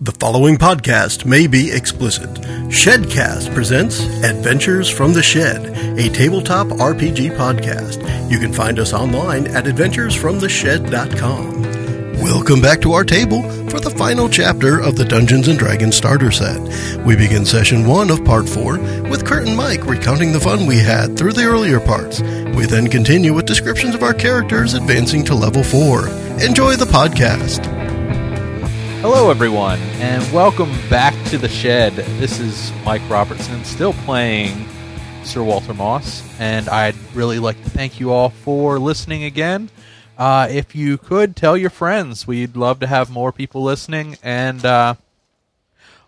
The following podcast may be explicit. Shedcast presents Adventures from the Shed, a tabletop RPG podcast. You can find us online at adventuresfromtheshed.com. Welcome back to our table for the final chapter of the Dungeons and Dragons starter set. We begin session 1 of part 4 with Kurt and Mike recounting the fun we had through the earlier parts. We then continue with descriptions of our characters advancing to level 4. Enjoy the podcast. Hello, everyone, and welcome back to the shed. This is Mike Robertson, still playing Sir Walter Moss, and I'd really like to thank you all for listening again. Uh, if you could tell your friends, we'd love to have more people listening, and uh,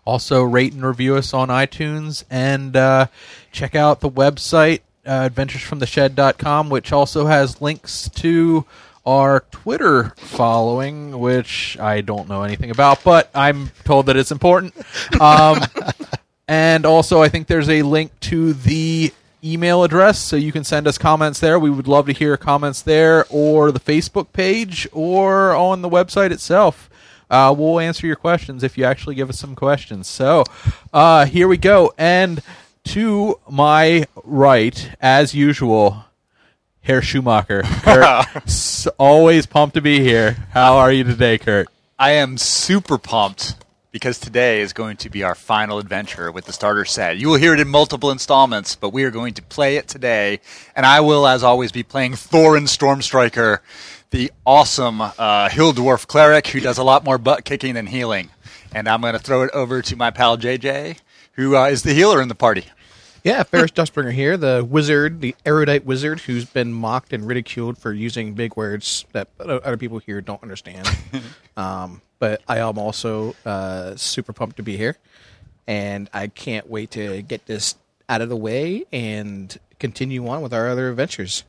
also rate and review us on iTunes, and uh, check out the website uh, adventuresfromtheshed.com, which also has links to our Twitter following, which I don't know anything about, but I'm told that it's important. Um, and also, I think there's a link to the email address, so you can send us comments there. We would love to hear comments there, or the Facebook page, or on the website itself. Uh, we'll answer your questions if you actually give us some questions. So uh, here we go. And to my right, as usual, Herr Schumacher. Kurt, s- always pumped to be here. How are you today, Kurt? I am super pumped because today is going to be our final adventure with the starter set. You will hear it in multiple installments, but we are going to play it today. And I will, as always, be playing Thorin Stormstriker, the awesome uh, Hill Dwarf cleric who does a lot more butt kicking than healing. And I'm going to throw it over to my pal JJ, who uh, is the healer in the party. Yeah, Ferris Dustbringer here, the wizard, the erudite wizard who's been mocked and ridiculed for using big words that other people here don't understand. um, but I am also uh, super pumped to be here, and I can't wait to get this out of the way and continue on with our other adventures.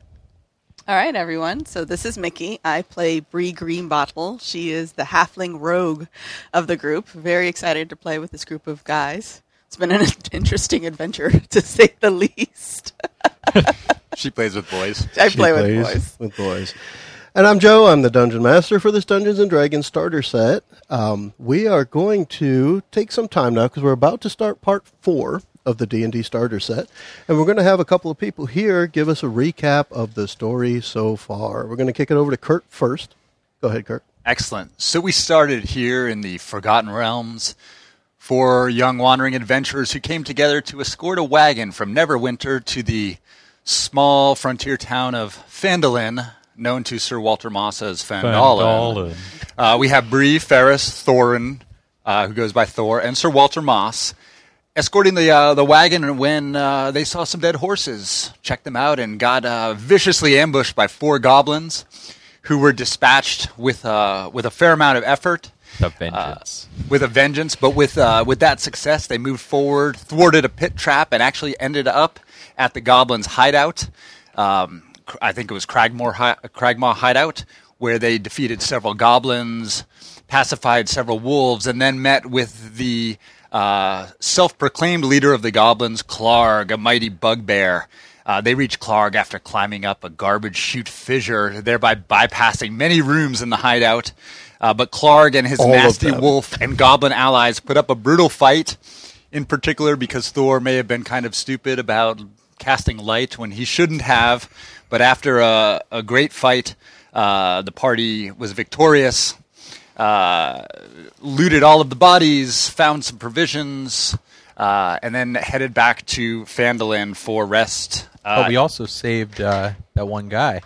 All right, everyone. So this is Mickey. I play Bree Greenbottle. She is the halfling rogue of the group. Very excited to play with this group of guys. It's been an interesting adventure, to say the least. She plays with boys. I She play with plays boys. With boys. And I'm Joe. I'm the Dungeon Master for this Dungeons and Dragons starter set. Um, we are going to take some time now because we're about to start part four of the D&D starter set. And we're going to have a couple of people here give us a recap of the story so far. We're going to kick it over to Kurt first. Go ahead, Kurt. Excellent. So we started here in the Forgotten Realms. Four young wandering adventurers who came together to escort a wagon from Neverwinter to the small frontier town of Fandolin, known to Sir Walter Moss as Fandolin. Uh, we have Bree, Ferris, Thorin, uh, who goes by Thor, and Sir Walter Moss escorting the uh, the wagon when uh, they saw some dead horses, checked them out, and got uh, viciously ambushed by four goblins, who were dispatched with uh, with a fair amount of effort, Uh, The vengeance. with a vengeance. But with uh, with that success, they moved forward, thwarted a pit trap, and actually ended up at the goblins' hideout. Um, cr- I think it was Cragmore hi- Cragmaw hideout, where they defeated several goblins, pacified several wolves, and then met with the uh, self-proclaimed leader of the goblins, Clarg, a mighty bugbear. Uh, they reached Clarg after climbing up a garbage chute fissure, thereby bypassing many rooms in the hideout. Uh, but Clarg and his All of nasty them. wolf and goblin allies put up a brutal fight, in particular because Thor may have been kind of stupid about casting light when he shouldn't have. But after a, a great fight, uh, the party was victorious uh, looted all of the bodies, found some provisions, uh, and then headed back to Fandolin for rest. but Uh, Oh, we also saved uh, that one guy,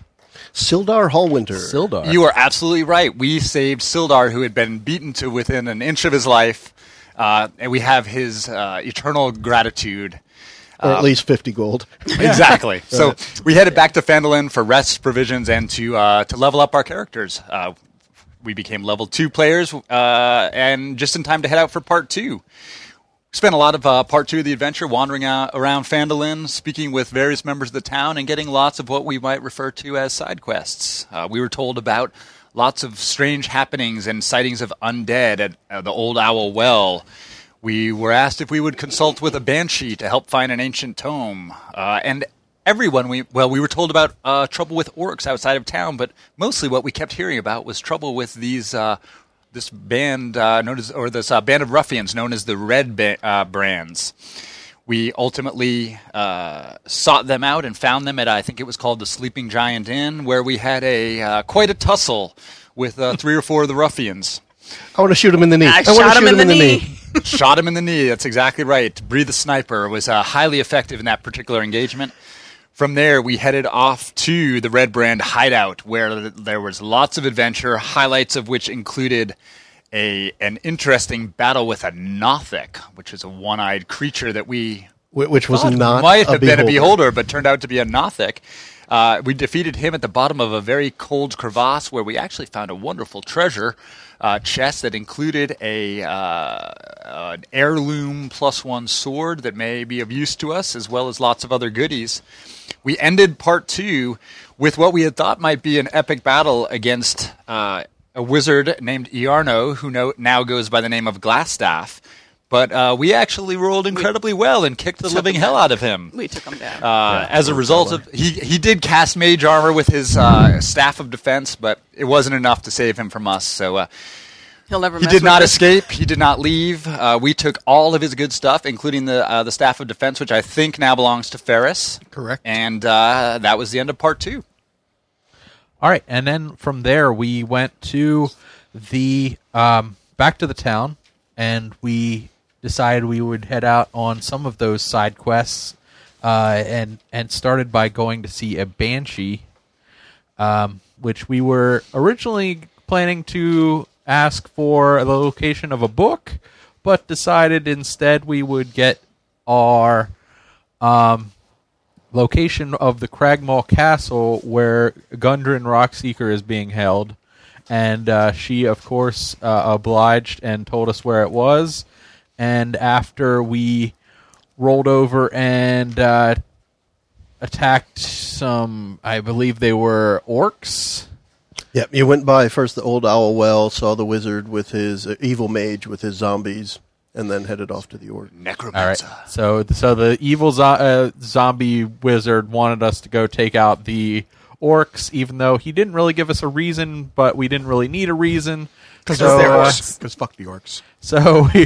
Sildar Hallwinter. Sildar. you are absolutely right. We saved Sildar, who had been beaten to within an inch of his life, uh, and we have his uh, eternal gratitude. Or at least 50 gold. Exactly. so we headed back to Fandolin for rest, provisions, and to uh, to level up our characters. Uh, we became level two players, uh, and just in time to head out for part two. Spent a lot of uh, part two of the adventure wandering out around Fandolin, speaking with various members of the town, and getting lots of what we might refer to as side quests. Uh, we were told about lots of strange happenings and sightings of undead at uh, the Old Owl Well. We were asked if we would consult with a banshee to help find an ancient tome, uh, and everyone we well we were told about uh, trouble with orcs outside of town, but mostly what we kept hearing about was trouble with these. Uh, this band uh, known as, or this uh, band of ruffians known as the Red ba- uh, Brands. We ultimately uh, sought them out and found them at I think it was called the Sleeping Giant Inn, where we had a uh, quite a tussle with uh, three or four of the ruffians. I want to shoot him in the knee. I, want to shot him shoot in the, knee. Shot him in the knee. That's exactly right. Breathe the sniper was uh, highly effective in that particular engagement. From there, we headed off to the Red Brand hideout, where th- there was lots of adventure, highlights of which included a an interesting battle with a Nothic, which is a one-eyed creature that we Wh- Which was thought not might a have been a beholder. beholder, but turned out to be a Nothic. Uh, we defeated him at the bottom of a very cold crevasse where we actually found a wonderful treasure uh, chest that included a uh, an heirloom plus one sword that may be of use to us, as well as lots of other goodies. We ended part two with what we had thought might be an epic battle against uh, a wizard named Iarno, who no, now goes by the name of Glassstaff. But uh, we actually rolled incredibly well and kicked the living hell out of him. We took him down. Uh, as a result of he he did cast mage armor with his uh, staff of defense, but it wasn't enough to save him from us. So uh, He'll never. he mess did with not us. escape. He did not leave. Uh, we took all of his good stuff, including the uh, the staff of defense, which I think now belongs to Ferris. Correct. And uh, that was the end of part two. All right, and then from there we went to the um, back to the town, and we decided we would head out on some of those side quests, uh, and and started by going to see a banshee, um, which we were originally planning to ask for the location of a book, but decided instead we would get our um, location of the Cragmaw Castle where Gundren Rockseeker is being held. And uh, she, of course, uh, obliged and told us where it was. And after we rolled over and uh, attacked some, I believe they were orcs. Yep, you went by first the old owl well, saw the wizard with his uh, evil mage with his zombies, and then headed off to the orc. All right. Necromancer. uh, So, so the evil zo- uh, zombie wizard wanted us to go take out the orcs, even though he didn't really give us a reason, but we didn't really need a reason. Because uh, Because fuck the orcs. So we,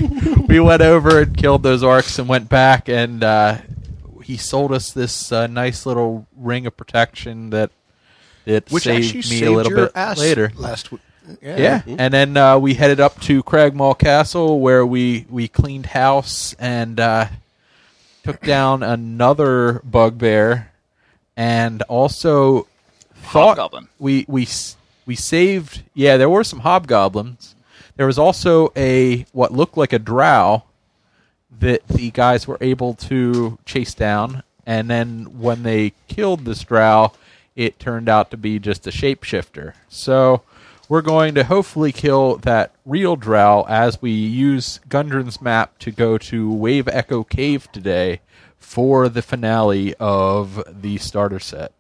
we went over and killed those orcs and went back, and uh, he sold us this uh, nice little ring of protection that that Which saved actually me saved a little your bit ass later. Last week. Yeah, and then uh, we headed up to Cragmaw Castle where we we cleaned house and uh, took down another bugbear, and also thought Hobgoblin. we we s- we saved. Yeah, there were some hobgoblins. There was also a what looked like a drow that the guys were able to chase down, and then when they killed this drow, it turned out to be just a shapeshifter. So we're going to hopefully kill that real drow as we use Gundren's map to go to Wave Echo Cave today for the finale of the starter set.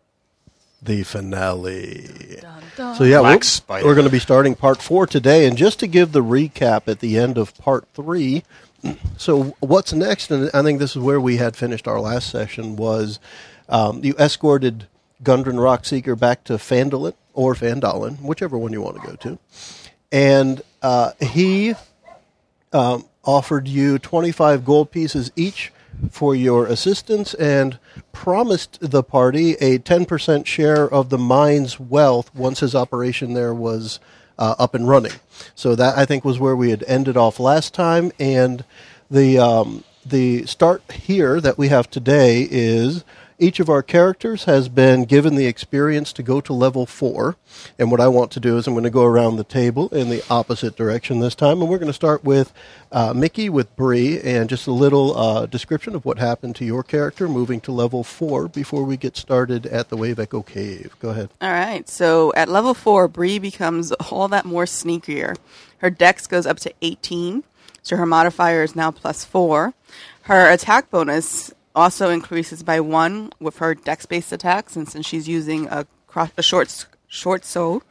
The finale. Dun, dun. So yeah, Black we're, Spider. we're going to be starting part four today, and just to give the recap at the end of part three. So what's next? And I think this is where we had finished our last session. Was um, you escorted Gundren Rockseeker back to Fandolin or Fandolin, whichever one you want to go to, and uh, he offered you 25 gold pieces each for your assistance and promised the party a 10% share of the mine's wealth once his operation there was uh, up and running. So that I think was where we had ended off last time and the um, the start here that we have today is each of our characters has been given the experience to go to level four. And what I want to do is I'm going to go around the table in the opposite direction this time. And we're going to start with uh, Mickey with Bree and just a little uh, description of what happened to your character moving to level four before we get started at the Wave Echo Cave. Go ahead. All right. So at level four, Bree becomes all that more sneakier. Her dex goes up to 18, so her modifier is now plus four. Her attack bonus also increases by one with her dex based attacks, and since she's using a, cro- a short s- short sword,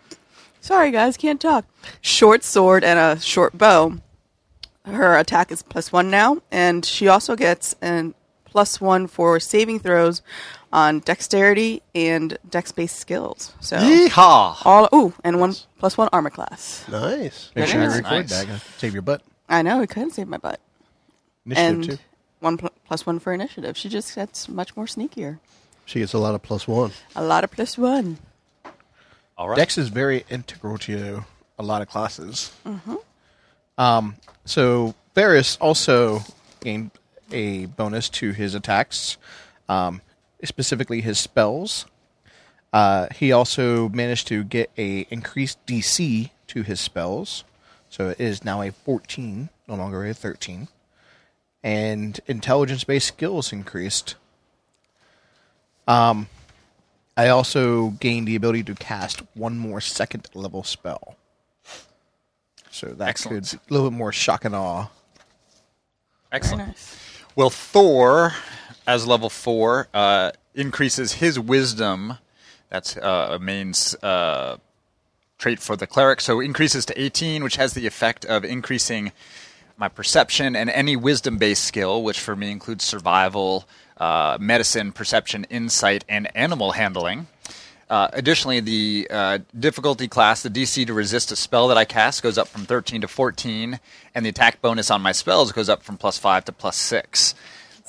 sorry guys, can't talk. Short sword and a short bow. Her attack is plus one now, and she also gets an plus plus one for saving throws on dexterity and dex based skills. So Yeehaw! all ooh, and one plus one armor class. Nice. Make sure you Nice. record that. gonna Save your butt. I know it couldn't save my butt. Initiative too. and one pl- plus one for initiative. She just gets much more sneakier. She gets a lot of plus one. A lot of plus one. All right. Dex is very integral to a lot of classes. Um, so Varus also gained a bonus to his attacks, um, specifically his spells. Uh, he also managed to get a increased DC to his spells, so it is now a fourteen, no longer a thirteen. And intelligence-based skills increased. Um, I also gained the ability to cast one more second level spell. So that Excellent. could a little bit more shock and awe. Excellent. Nice. Well, Thor, as level four, uh, increases his wisdom. That's uh, a main uh, trait for the cleric. So increases to 18, which has the effect of increasing my perception and any wisdom based skill, which for me includes survival, uh, medicine, perception, insight, and animal handling. Uh, additionally, the uh, difficulty class, the DC to resist a spell that I cast, goes up from 13 to 14, and the attack bonus on my spells goes up from plus 5 to plus 6.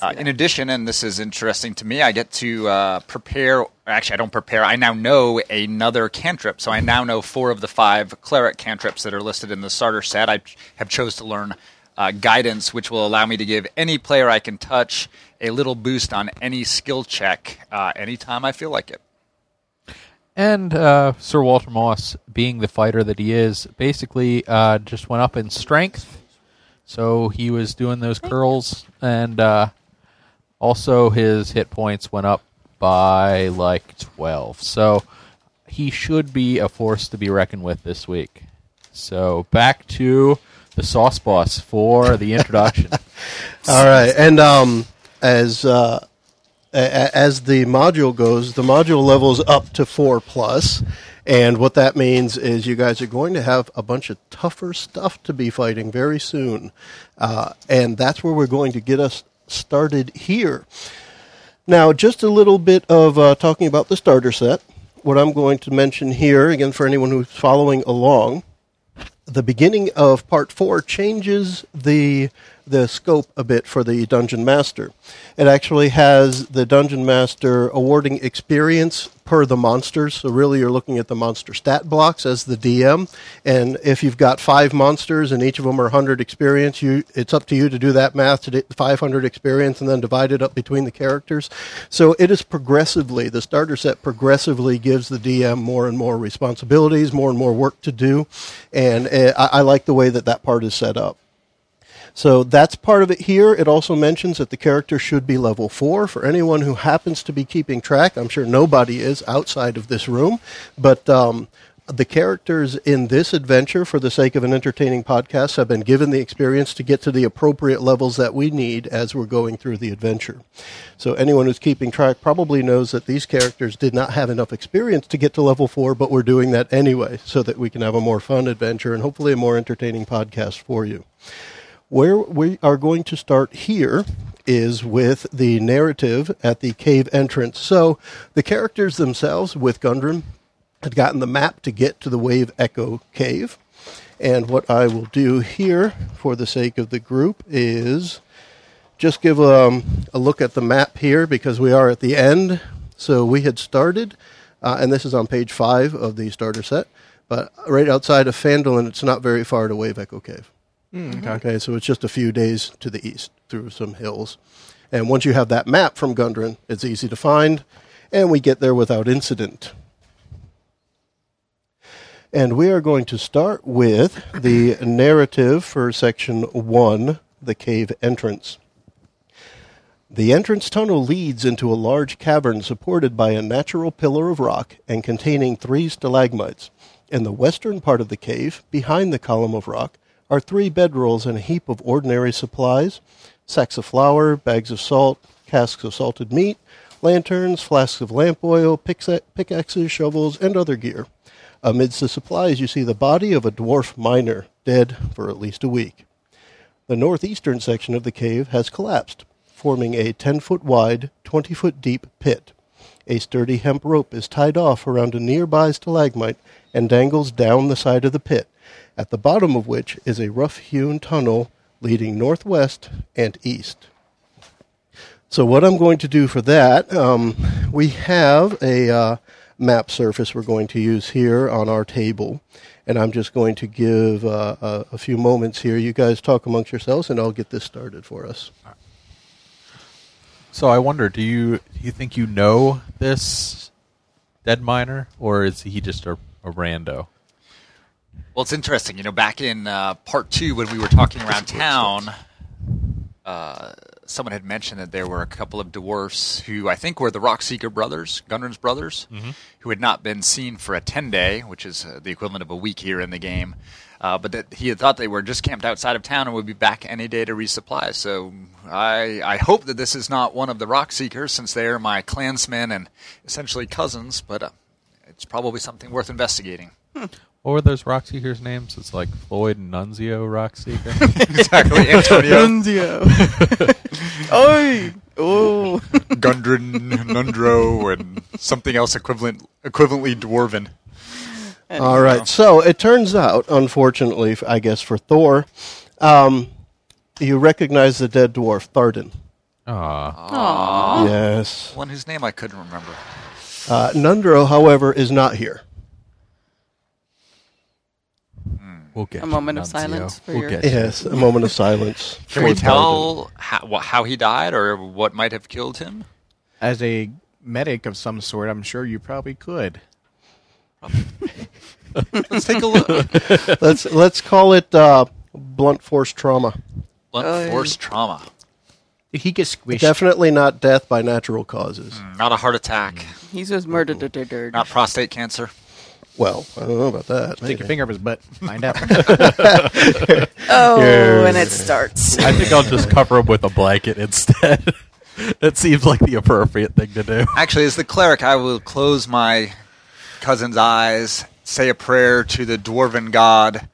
Uh, in addition, and this is interesting to me, I get to uh, prepare. Actually, I don't prepare. I now know another cantrip, so I now know four of the five cleric cantrips that are listed in the starter set. I ch- have chose to learn uh, guidance, which will allow me to give any player I can touch a little boost on any skill check uh, anytime I feel like it. And uh, Sir Walter Moss, being the fighter that he is, basically uh, just went up in strength. So he was doing those curls, and uh, also his hit points went up by like 12. So he should be a force to be reckoned with this week. So back to the sauce boss for the introduction. All right, and um, as uh, a- a- as the module goes, the module levels up to four plus, and what that means is you guys are going to have a bunch of tougher stuff to be fighting very soon, uh, and that's where we're going to get us started here. Now, just a little bit of uh, talking about the starter set. What I'm going to mention here, again, for anyone who's following along, the beginning of part four changes the the scope a bit for the dungeon master. It actually has the dungeon master awarding experience per the monsters. So really, you're looking at the monster stat blocks as the DM, and if you've got five monsters and each of them are 100 experience, you it's up to you to do that math to di- 500 experience and then divide it up between the characters. So it is progressively the starter set progressively gives the DM more and more responsibilities, more and more work to do, and uh, I, I like the way that that part is set up. So that's part of it here. It also mentions that the character should be level four for anyone who happens to be keeping track. I'm sure nobody is outside of this room, but um, the characters in this adventure, for the sake of an entertaining podcast, have been given the experience to get to the appropriate levels that we need as we're going through the adventure. So anyone who's keeping track probably knows that these characters did not have enough experience to get to level four, but we're doing that anyway so that we can have a more fun adventure and hopefully a more entertaining podcast for you. Where we are going to start here is with the narrative at the cave entrance. So the characters themselves with Gundren had gotten the map to get to the Wave Echo Cave. And what I will do here for the sake of the group is just give um, a look at the map here because we are at the end. So we had started, uh, and this is on page five of the starter set, but right outside of Fandolin, it's not very far to Wave Echo Cave. Okay, so it's just a few days to the east through some hills. And once you have that map from Gundren, it's easy to find, and we get there without incident. And we are going to start with the narrative for section one the cave entrance. The entrance tunnel leads into a large cavern supported by a natural pillar of rock and containing three stalagmites. In the western part of the cave, behind the column of rock, are three bedrolls and a heap of ordinary supplies sacks of flour, bags of salt, casks of salted meat, lanterns, flasks of lamp oil, pixa- pickaxes, shovels, and other gear. Amidst the supplies, you see the body of a dwarf miner, dead for at least a week. The northeastern section of the cave has collapsed, forming a 10 foot wide, 20 foot deep pit. A sturdy hemp rope is tied off around a nearby stalagmite and dangles down the side of the pit, at the bottom of which is a rough hewn tunnel leading northwest and east. So what I'm going to do for that, um, we have a uh, map surface we're going to use here on our table, and I'm just going to give uh, a, a few moments here. You guys talk amongst yourselves, and I'll get this started for us. So I wonder, do you do you think you know this dead miner, or is he just a, a rando? Well, it's interesting. You know, back in uh, part two when we were talking around town, uh, someone had mentioned that there were a couple of dwarfs who I think were the Rockseeker brothers, Gunrun's brothers, who had not been seen for a 10 day, which is uh, the equivalent of a week here in the game. Uh, but that he had thought they were just camped outside of town and would be back any day to resupply. So I, I hope that this is not one of the Rock Seekers, since they are my clansmen and essentially cousins. But uh, it's probably something worth investigating. What were those rock seekers' names? It's like Floyd and Nunzio rock seeker. exactly, Antonio. Nunzio. Oi. Oh. Gundren, Nundro, and something else equivalent, equivalently dwarven. All right. So it turns out, unfortunately, f- I guess for Thor, um, you recognize the dead dwarf Tharden. Ah, Yes. One whose name I couldn't remember. Uh, Nundro, however, is not here. we'll get A you, moment of Nunzio. silence for we'll your- get you. Yes. A moment of silence. Can we for Tharden. tell how, wha- how he died or what might have killed him? As a medic of some sort, I'm sure you probably could. Let's take a look. Blunt Let's let's call it uh, blunt force trauma. force trauma, Did he get squished? Definitely not death by natural causes. Hmm. not a heart attack, He was murdered. not prostate cancer. Well, I don't know about that. Take your maybe. finger up his butt. Find out. Oh, and it starts. I think I'll just cover him with a blanket instead. that seems like the appropriate thing to do. Actually, as the cleric, I will close my cousin's eyes, say a prayer to the dwarven god,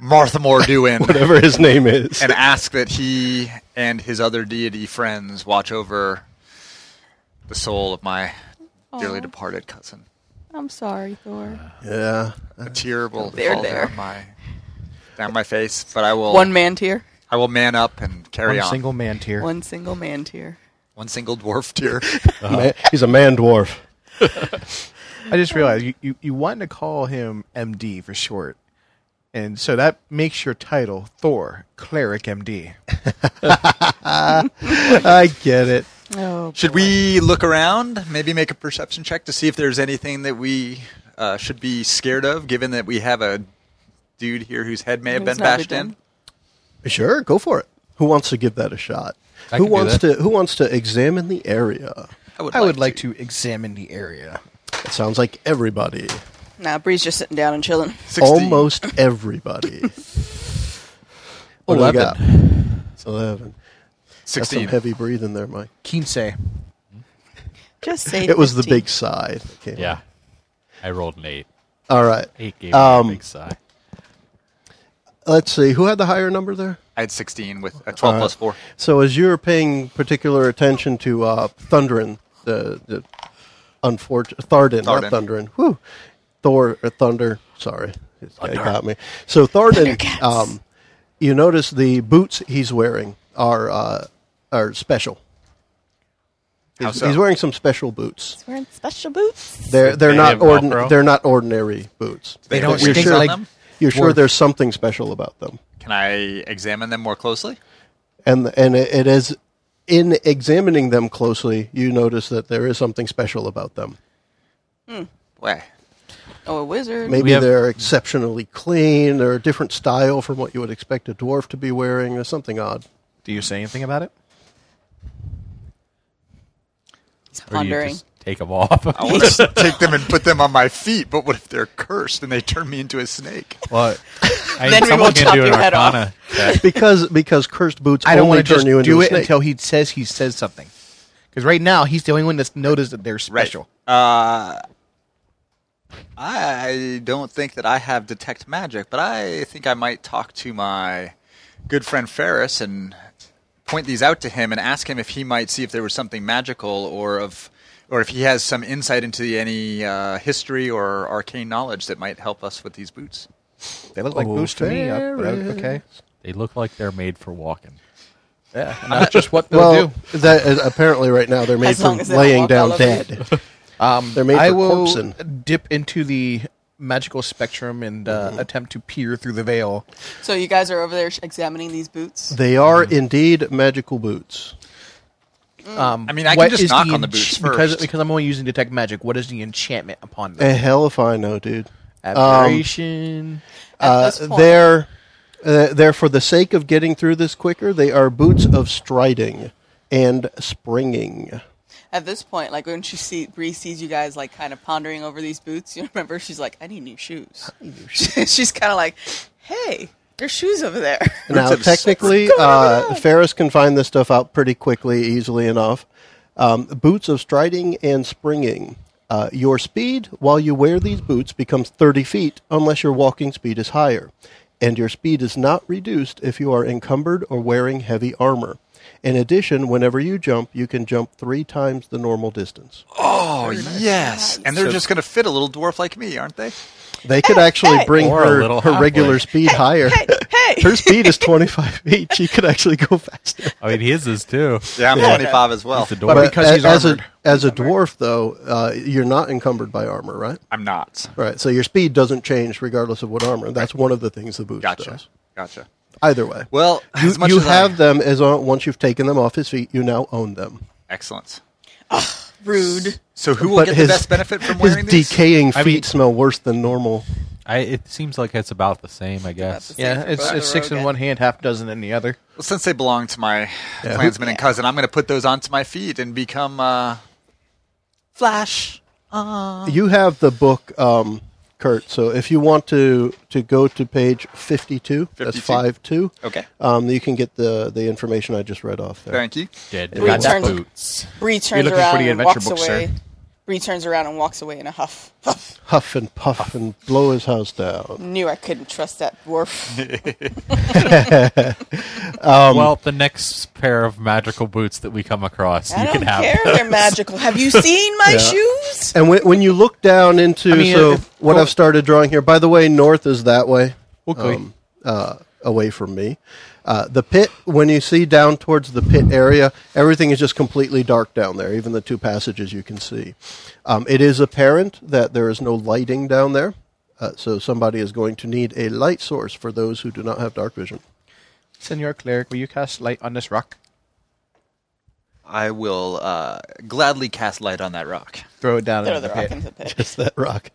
Marthamor Duin, Whatever his name is. and ask that he and his other deity friends watch over the soul of my dearly Aw. departed cousin. I'm sorry, Thor. yeah. A tear will There, fall there. down my down my face, but I will One man tear. I will man up and carry One on. single man tear. One single man tear. One single dwarf tear. Uh-huh. Ma- he's a man dwarf. I just realized you, you, you wanted to call him MD for short. And so that makes your title Thor, Cleric MD. I get it. Oh, Should we look around? Maybe make a perception check to see if there's anything that we uh, should be scared of, given that we have a dude here whose head may have Who's been not bashed in. bitten. Sure, go for it. Who wants to give that a shot? I who can do wants that. to Who wants to examine the area? I would like to examine the area. It sounds like everybody, Nah, Bree's just sitting down and chilling. 16. almost everybody. What do we got? Eleven. That's some sixteen. heavy breathing there, Mike. Kinsei. Just say It was the 15. big sigh. that came Yeah, out. I rolled an eight. All right. Eight gave Um, me a big sigh. Let's see. Who had the higher number there? I had sixteen with a twelve All right. plus four. So as you're paying particular attention to uh, Thunderin, the the unfortunate Tharden, not Tharden. Thunderin. Whew. Thor or Thunder. Sorry, it got me. So Tharden, Thundercats. um, you notice the boots he's wearing are uh, are special. How He's, so? he's wearing some special boots. He's wearing special boots. They're they're They not have ordin- Velcro? they're not ordinary boots. They don't You're stink sure, like you're sure Worf. there's something special about them. Can I examine them more closely? and and it, it is in examining them closely you notice that there is something special about them Why? Oh, a wizard. maybe We have- they're exceptionally clean or a different style from what you would expect a dwarf to be wearing or something odd Do you say anything about it? He's Or you pondering. just take them off. I want to take them and put them on my feet, but what if they're cursed and they turn me into a snake? What? I Then we someone will can chop do an your head off. arcana check. because because cursed boots I don't only want to turn just you into do a it snake. until he says he says something. Because right now he's the only one that's noticed that they're special. Uh, I don't think that I have detect magic, but I think I might talk to my good friend Ferris and point these out to him and ask him if he might see if there was something magical or of or if he has some insight into the, any uh, history or arcane knowledge that might help us with these boots. They look like Oh, boots to me. I- but I- okay. They look like they're made for walking. Yeah. And that's just what they'll Well, do. that is, apparently right now they're made As for long as they don't laying walk down all over you. dead. Um, They're made I for will corpsing. dip into the magical spectrum and uh, Mm-hmm. attempt to peer through the veil. So you guys are over there sh- examining these boots. They are Mm. indeed magical boots. Um, I mean, I can what just is knock on the boots because first. because I'm only using detect magic. What is the enchantment upon Eh, them? hell if I know, dude. Um, Aberration. At uh, this point- they're uh, they're for the sake of getting through this quicker. They are boots of striding and springing. At this point, like when she see Bree sees you guys like kind of pondering over these boots, you remember she's like, "I need new shoes." she's kind of like, "Hey, there's shoes over there." Now, of technically, uh, Ferris can find this stuff out pretty quickly, easily enough. Um, boots of striding and springing. Uh, your speed while you wear these boots becomes 30 feet unless your walking speed is higher. And your speed is not reduced if you are encumbered or wearing heavy armor. In addition, whenever you jump, you can jump three times the normal distance. Oh yes, and they're just going to fit a little dwarf like me, aren't they? They could actually hey. bring Or a her, little her halfway. regular speed higher. hey, hey. her speed is 25 feet. She could actually go faster. I mean, his is too. Yeah, I'm 25 as well. He's a But dork. because a- he's as armored. a as a dwarf though, uh, you're not encumbered by armor, right? I'm not. Right. So your speed doesn't change regardless of what armor. That's one of the things the boots Gotcha. does. Gotcha. Either way, Well, you, as much you as I- have them as on, once you've taken them off his feet, you now own them. Excellent. Rude. So who will get his the best benefit from his wearing these? decaying feet I mean- smell worse than normal. I, it seems like it's about the same, I guess. the Yeah, safer it's, for it's the six rogue in end. one hand, half dozen in the other. Well, since they belong to my clansman and cousin, I'm going to put those onto my feet and become uh, Flash. you have the book, um, Kurt. So if you want to to go to page fifty-two, that's 52? five two. Okay. Um, you can get the the information I just read off there. Thank you. Dead Bree dwarf turns, boots. Bree turns looking for around the and adventure walks book, sir. away. Bree turns around and walks away in a huff. Huff. Huff and puff and blow his house down. Knew I couldn't trust that dwarf. Um, well, the next pair of magical boots that we come across, I you don't can have. care. if They're magical. Have you seen my Yeah. shoes? And when, when you look down into I mean, so if- what I've started drawing here. By the way, north is that way. Okay. Um, uh, away from me. Uh, the pit. When you see down towards the pit area, everything is just completely dark down there. Even the two passages you can see. Um, it is apparent that there is no lighting down there. Uh, so somebody is going to need a light source for those who do not have dark vision. Senor Cleric, will you cast light on this rock? I will uh, gladly cast light on that rock. Throw it down Throw in the the rock pit. into the pit. Just that rock.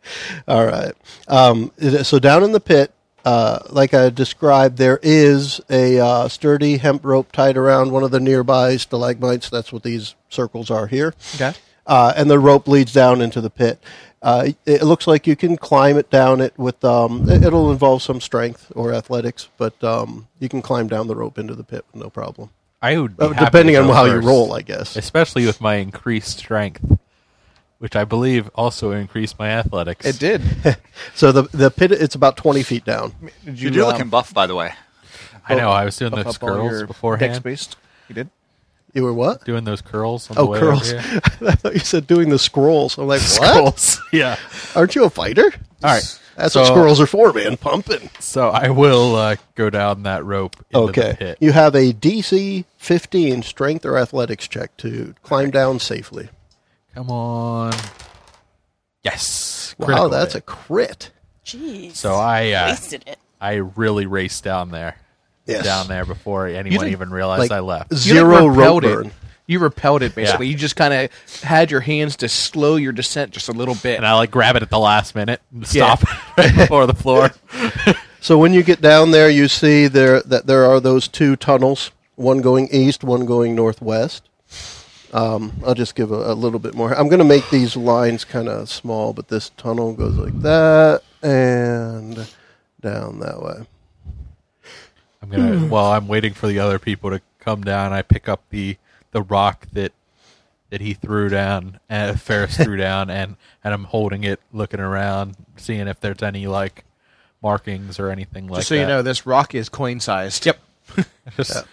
All right. Um, it- so down in the pit, uh, like I described, there is a uh, sturdy hemp rope tied around one of the nearby stalagmites. That's what these circles are here. Okay. Uh, and the rope leads down into the pit. Uh, it looks like you can climb it down. It with um, it- it'll involve some strength or athletics, but um, you can climb down the rope into the pit with no problem. I would, be Uh, happy to depending on go how you first, roll, I guess. especially with my increased strength, which I believe also increased my athletics. It did. So the the pit it's about twenty feet down. Did Dude, you're um, looking buff, by the way. I know. I was doing up- those up all curls your beforehand. dex based? You did. You were what? Doing those curls. On the Oh, way curls! Over here. I thought you said doing the scrolls. I'm like, what? Curls. yeah. Aren't you a fighter? All right. That's so, what squirrels are for, man. Pumping. So I will uh, go down that rope. Into The Okay. pit. You have a DC 15 strength or athletics check to climb down safely. Come on. Yes. Wow, Critical that's hit. a crit. Jeez. So I uh, wasted it. I really raced down there. Yes. Down there before anyone did, even like, realized I left. z- You, like, Zero rope repelled burn. It. You repelled it basically. Yeah. You just kind of had your hands to slow your descent just a little bit. and I like grab it at the last minute and stop it right before the floor. So when you get down there, you see there that there are those two tunnels, one going east, one going northwest. Um, I'll just give a, a little bit more. I'm going to make these lines kind of small, but this tunnel goes like that and down that way. I'm gonna while I'm waiting for the other people to come down, I pick up the the rock that that he threw down and Ferris threw down and and I'm holding it looking around, seeing if there's any like markings or anything like just so that. you know, this rock is coin sized. Yep. Just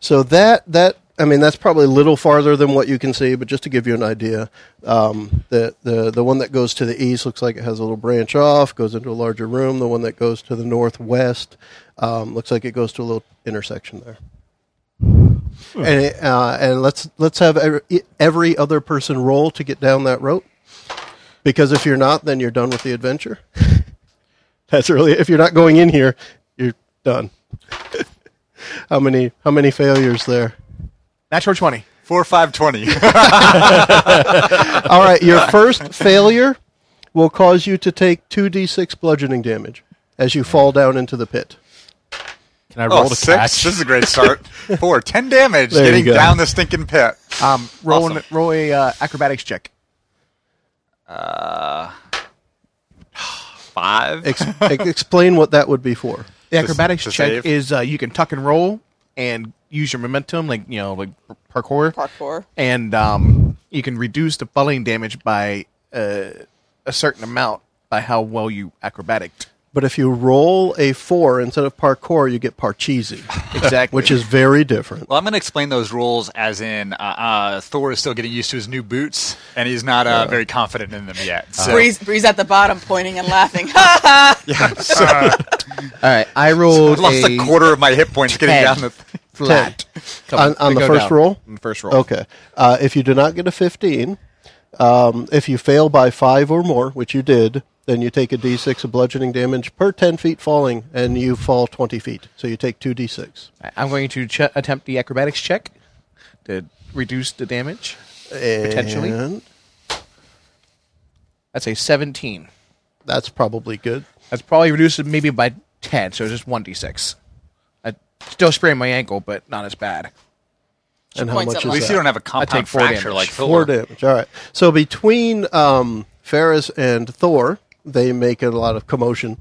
So that that I mean that's probably a little farther than what you can see, but just to give you an idea, um, the the the one that goes to the east looks like it has a little branch off, goes into a larger room. The one that goes to the northwest um, looks like it goes to a little intersection there. And it, uh, and let's let's have every, every other person roll to get down that rope, because if you're not, then you're done with the adventure. That's really if you're not going in here, you're done. how many how many failures there? Natural 20. Four five twenty. Oh, All right, your first failure will cause you to take 2d6 bludgeoning damage as you fall down into the pit. Can I roll oh, to six. catch? This is a great start. Four. Ten damage. There you getting go. down the stinking pit. Um, roll, an- Awesome. roll a uh, acrobatics check. Five. Ex- ex- explain what that would be for. The acrobatics to check save. is uh, you can tuck and roll and use your momentum, like you know, like parkour, Parkour. and um, you can reduce the falling damage by uh, a certain amount by how well you acrobatic. But if you roll a 4 instead of parkour, you get parcheesi, Exactly. which is very different. Well, I'm going to explain those rules as in uh, uh, Thor is still getting used to his new boots, and he's not uh, very confident in them yet. uh, So. Bree's, Bree's at the bottom pointing and laughing. all right. I I rolled lost a quarter of my hit points getting down the. flat On- on the Go first roll? On the first roll. Okay. Uh, if you do not get a 15, um, if you fail by 5 or more, which you did, then you take a d6 of bludgeoning damage per 10 feet falling, and you fall 20 feet. So you take 2d6. I'm going to ch- attempt the acrobatics check to reduce the damage. Potentially. And That's a 17. that's probably good. That's probably reduced it maybe by 10, so it's just 1d6. I still sprained my ankle, but not as bad. And how points much at is At least that? you don't have a compound take four fracture damage. like Thor. Four damage. All right. So between um, Ferris and Thor, they make a lot of commotion.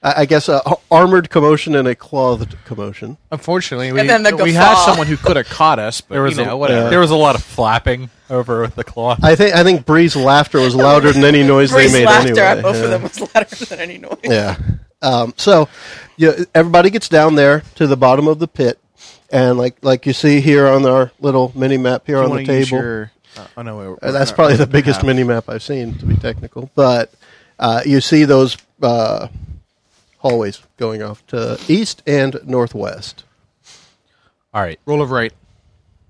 I, I guess a a- armored commotion and a clothed commotion. Unfortunately, we, And then the we had guffaw. someone who could have caught us, but There was, you know, a, whatever. there was a lot of flapping over with the cloth. I think I think Bree's laughter was louder than any noise Bree's they made laughter anyway. at both Yeah. of them was louder than any noise. Yeah. Um, so, you, everybody gets down there to the bottom of the pit, and like like you see here on our little mini map here You on wanna the use table. your- uh, oh, no, we're- Uh, that's we're- probably the we biggest have- mini map I've seen, to be technical. But uh, you see those uh, hallways going off to east and northwest. All right. Roll of right.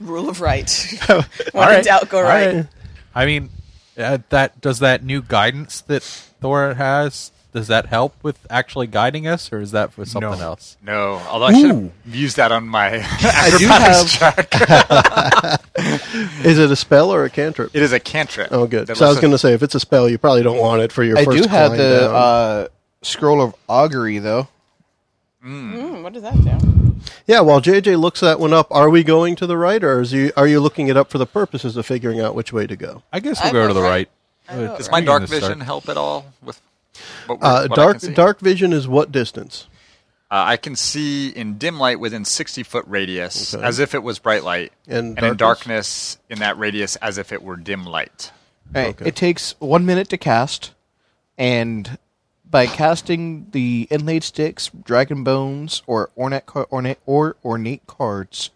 Rule of right. When in doubt, go right. I mean, uh, that does that new guidance that Thor has. Does that help with actually guiding us, or is that for something else? No, although I should have used that on my acrobatics check. Is it a spell or a cantrip? It is a cantrip. oh, good. That So I was lets us- going to say, if it's a spell, you probably don't want it for your I first do have climb the down. uh, scroll of augury, though. Hmm, what does that do? yeah, while JJ looks that one up, are we going to the right, or is you, are you looking it up for the purposes of figuring out which way to go? I guess we'll I go to vote the right. right. I vote It's right. Does my green dark to start. vision help at all with what, we're- Uh, what I dark can see? dark vision is what distance? Uh, I can see in dim light within 60 foot radius Okay. as if it was bright light, And in darkness? darkness in that radius as if it were dim light. All right, Okay. It takes one minute to cast, and by casting the inlaid sticks, dragon bones, or ornate, ca- ornate or ornate cards,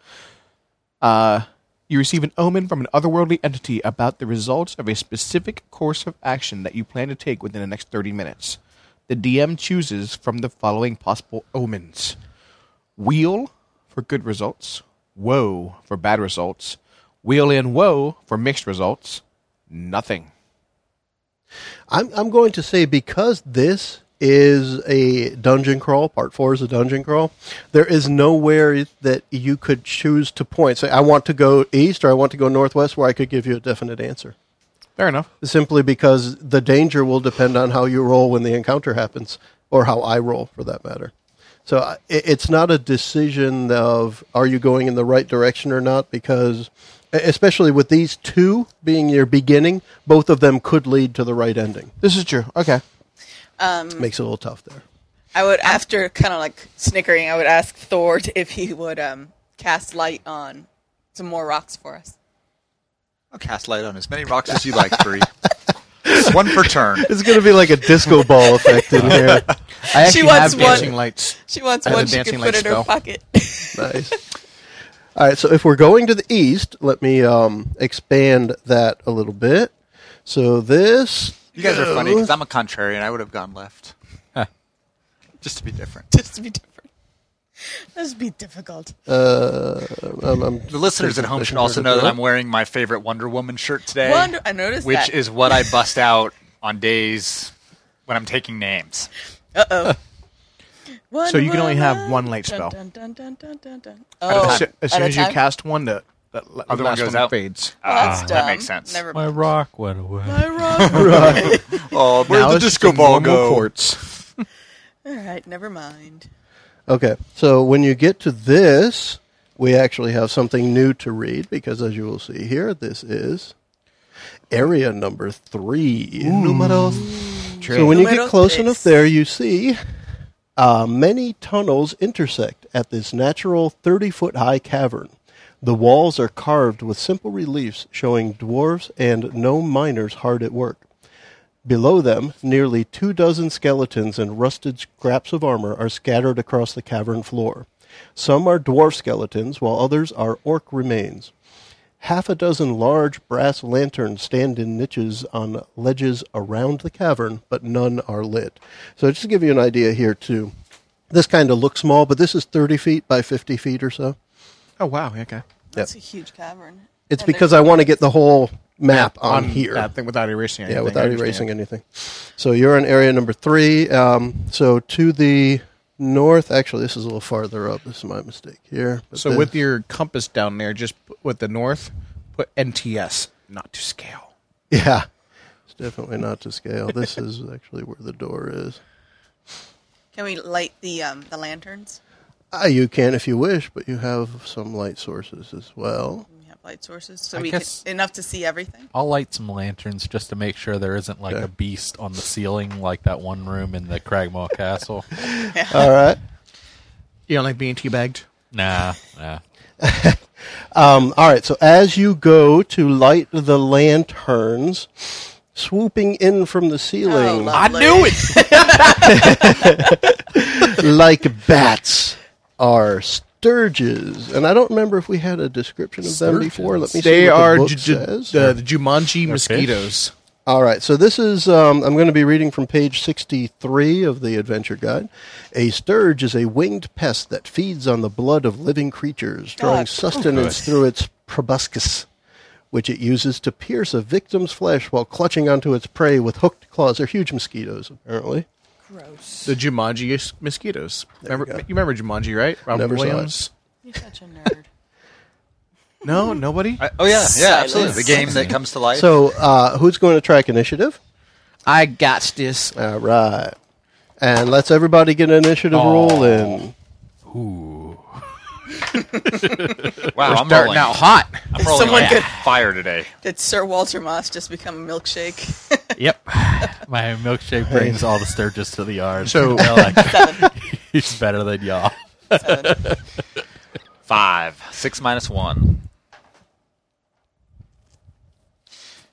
uh, you receive an omen from an otherworldly entity about the results of a specific course of action that you plan to take within the next thirty minutes. The DM chooses from the following possible omens: wheel for good results, woe for bad results, wheel in woe for mixed results, nothing. I'm, I'm going to say because this is a dungeon crawl, part four is a dungeon crawl, there is nowhere that you could choose to point. Say, I want to go east or I want to go northwest where I could give you a definite answer. Fair enough. Simply because the danger will depend on how you roll when the encounter happens or how I roll for that matter. So I- it, it's not a decision of are you going in the right direction or not because e, especially with these two being your beginning, both of them could lead to the right ending. This is true. Okay. makes it a little tough there. I would, after kind of like snickering, I would ask Thor to- if he would um, cast light on some more rocks for us. I'll cast light on as many rocks as you like, Bree. one per turn. It's going to be like a disco ball effect in here. I She actually wants have one- dancing lights. She wants As a one she dancing can light put in her spell. pocket. Nice. All right, so if we're going to the east, let me um, expand that a little bit. So this You guys are funny because I'm a contrarian. I would have gone left. Just to be different. Just to be different. This would be difficult. The listeners at home should also know that I'm wearing my favorite Wonder Woman shirt today, Wonder- I noticed which that. is what I bust out on days when I'm taking names. Uh oh. So you can only have one light spell. Dun, dun, dun, dun, dun, dun. As Oh, soo- as at soon a as you time? cast Ah, one, the, the la- Other one last goes one, out. fades. Oh, that's dumb. that makes sense. Never My mind. rock went away. My rock. Oh, Now it's just a normal quartz. All right, never mind. Okay, so when you get to this, we actually have something new to read because, as you will see here, this is area number three. So when you Numero get close tres. enough there, you see uh, many tunnels intersect at this natural 30 foot high cavern. The walls are carved with simple reliefs showing dwarves and gnome miners hard at work. Below them, nearly two dozen skeletons and rusted scraps of armor are scattered across the cavern floor. Some are dwarf skeletons, while others are orc remains. Half a dozen large brass lanterns stand in niches on ledges around the cavern, but none are lit. So, just to give you an idea here, too, this kind of looks small, but this is 30 feet by 50 feet or so. Oh wow! Okay. That's a huge cavern. It's because I want to get the whole map on, here. that thing without erasing. Yeah, anything, I without understand. erasing anything. So you're in area number three. Um, so to the north, actually, this is a little farther up. This is my mistake here. But So then- with your compass down there, just put- with the north, put NTS, not to scale. yeah, it's definitely not to scale. This is actually where the door is. Can we light the um, the lanterns? Ah, you can if you wish, but you have some light sources as well. We have light sources, so I we guess- can enough to see everything. I'll light some lanterns just to make sure there isn't like Okay. a beast on the ceiling, like that one room in the Cragmaw Castle. All right. You don't like being teabagged? Nah, nah. Um, all right. So as you go to light the lanterns, swooping in from the Oh, ceiling lovely. it. like bats are sturges, and I don't remember if we had a description of them before. Let me see They what are the book ju- ju- says. the, the Jumanji mosquitoes. All right, so this is, um, I'm going to be reading from page 63 of the Adventure Guide. A sturge is a winged pest that feeds on the blood of living creatures, drawing Oh, sustenance through its proboscis, which it uses to pierce a victim's flesh while clutching onto its prey with hooked claws. They're huge mosquitoes, apparently. Gross. The Jumanji is- mosquitoes. Remember, go. you remember Jumanji, right? Robert Never saw it. Williams. You're such a nerd. No, nobody. I- oh yeah, yeah, Silence. absolutely. The game that comes to life. So, uh, who's going to track initiative? I got this. All right. And let's everybody get an initiative roll in. wow, I'm Starting rolling. out hot. I'm rolling Someone like could- fire today. Did Sir Walter Moss just become a milkshake? Yep. My milkshake brings all the sturges to the yard. So- They're like, he's better than y'all. Five, six minus one.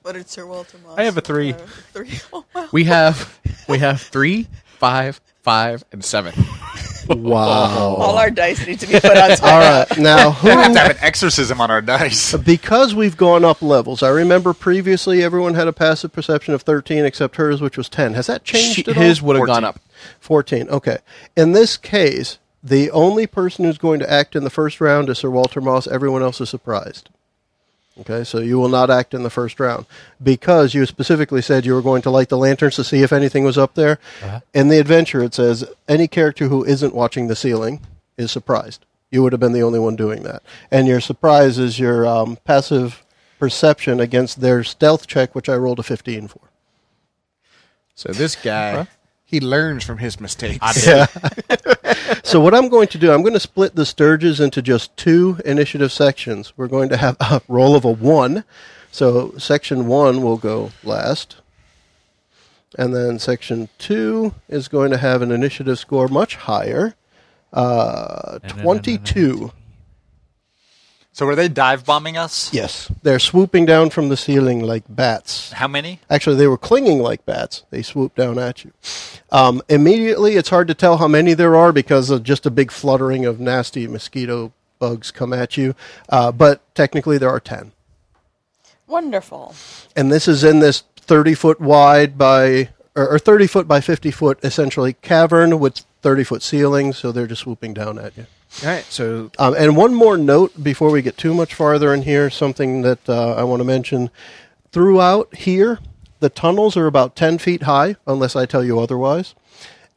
what did Sir Walter Moss? I have a three. Uh, three. Oh wow. We have we have three, five, five, and seven. Wow. All our dice need to be put on. All right. Now, I have who, to have an exorcism on our dice. because we've gone up levels, I remember previously everyone had a passive perception of 13 except hers, which was 10. Has that changed She- at his all? would have gone 14. Fourteen. up. Okay. In this case, the only person who's going to act in the first round is Sir Walter Moss. Everyone else is surprised. Okay, so you will not act in the first round because you specifically said you were going to light the lanterns to see if anything was up there. In the adventure, it says any character who isn't watching the ceiling is surprised. You would have been the only one doing that, and your surprise is your um, passive perception against their stealth check, which I rolled a fifteen for. So this guy, he learns from his mistakes. So what I'm going to do, I'm going to split the Sturges into just two initiative sections. We're going to have a roll of a one. So section one will go last. And then section two is going to have an initiative score much higher. Uh, 22. So were they dive bombing us? Yes. They're swooping down from the ceiling like bats. How many? Actually, they were clinging like bats. They swooped down at you. Um, immediately, it's hard to tell how many there are because of just a big fluttering of nasty mosquito bugs come at you. Uh, but technically, there are 10. Wonderful. And this is in this 30 foot wide by, or, or 30 foot by 50 foot essentially cavern with 30 foot ceilings. So they're just swooping down at you. All right, so Um, and one more note before we get too much farther in here, something that uh, I want to mention. Throughout here, the tunnels are about 10 feet high, unless I tell you otherwise.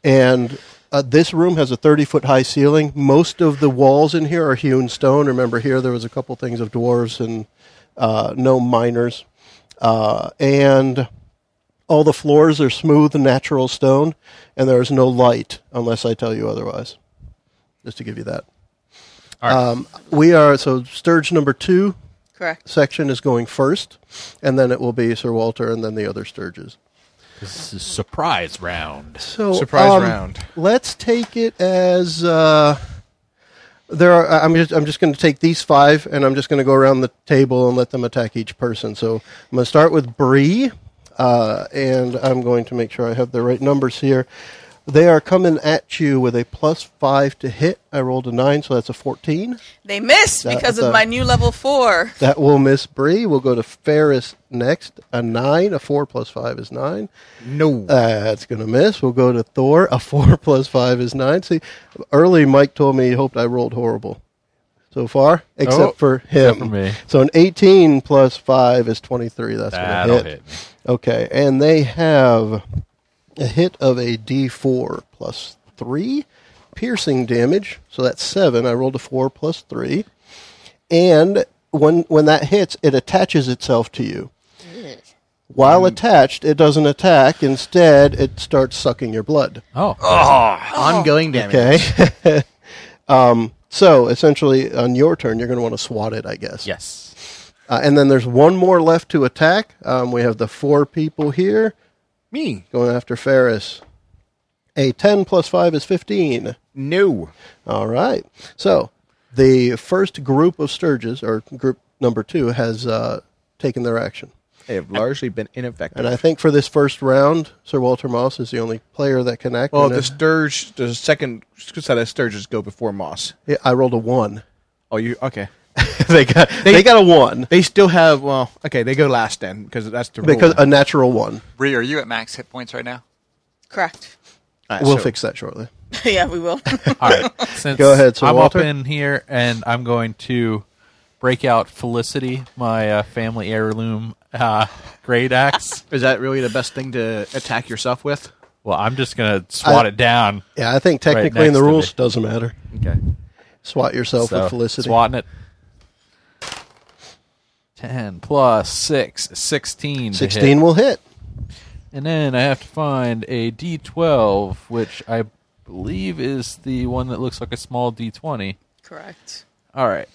And uh, this room has a 30 foot high ceiling. Most of the walls in here are hewn stone. Remember, here there was a couple things of dwarves and uh, no miners. Uh, and all the floors are smooth, natural stone, and there is no light, unless I tell you otherwise. Just to give you that. Um, we are so Sturge number two Correct. section is going first, and then it will be Sir Walter, and then the other Sturges. This is surprise round. So Surprise um, round. Let's take it as uh, there. Are, I- I'm just I'm just going to take these five, and I'm just going to go around the table and let them attack each person. So I'm going to start with Bree, uh, and I'm going to make sure I have the right numbers here. They are coming at you with a plus five to hit. I rolled a nine, so that's a fourteen. They missed That- because that- of my new level four. That will miss Bree. We'll go to Ferris next. A nine. A four plus five is nine. no. That's going to miss. We'll go to Thor. A four plus five is nine. See, early Mike told me he hoped I rolled horrible so far, except Oh, for him. except for me. So an 18 plus five is 23. That's going to That'll hit. hit. Okay. And they have a hit of a d4 plus three piercing damage. So that's seven. I rolled a four plus three and when when that hits, it attaches itself to you. While attached, it doesn't attack. Instead, it starts sucking your blood. Oh, Ongoing damage. Okay. um, so essentially, on your turn, you're going to want to swat it, I guess. yes. Uh, and then there's one more left to attack. Um, we have the four people here Me, going after Ferris. A 10 plus 5 is 15. no. All right. So the first group of Sturges, or group number two, has uh, taken their action. They have largely been ineffective. And I think for this first round, Sir Walter Moss is the only player that can act. well, And the if- Sturge, the second set of Sturges go before Moss. Yeah, I rolled a one. Oh, you okay? they got they, got a one They still have. Well, okay, they go last then because that's the rule. because a natural one. Bree, are you at max hit points right now? Correct. All right, We'll so- fix that shortly. yeah, we will. All right. Since Go ahead, Sir I'm Walter. up in here, and I'm going to break out Felicity, my uh, family heirloom uh, great axe. Is that really the best thing to attack yourself with? well, I'm just going to swat I- it down. Yeah, I think technically in next the to rules me. doesn't matter. Okay. Swat yourself So, with Felicity. Swatting it. 10 plus 6, 16. to hit. Sixteen will hit. And then I have to find a d12, which I believe is the one that looks like a small d20. Correct. All right.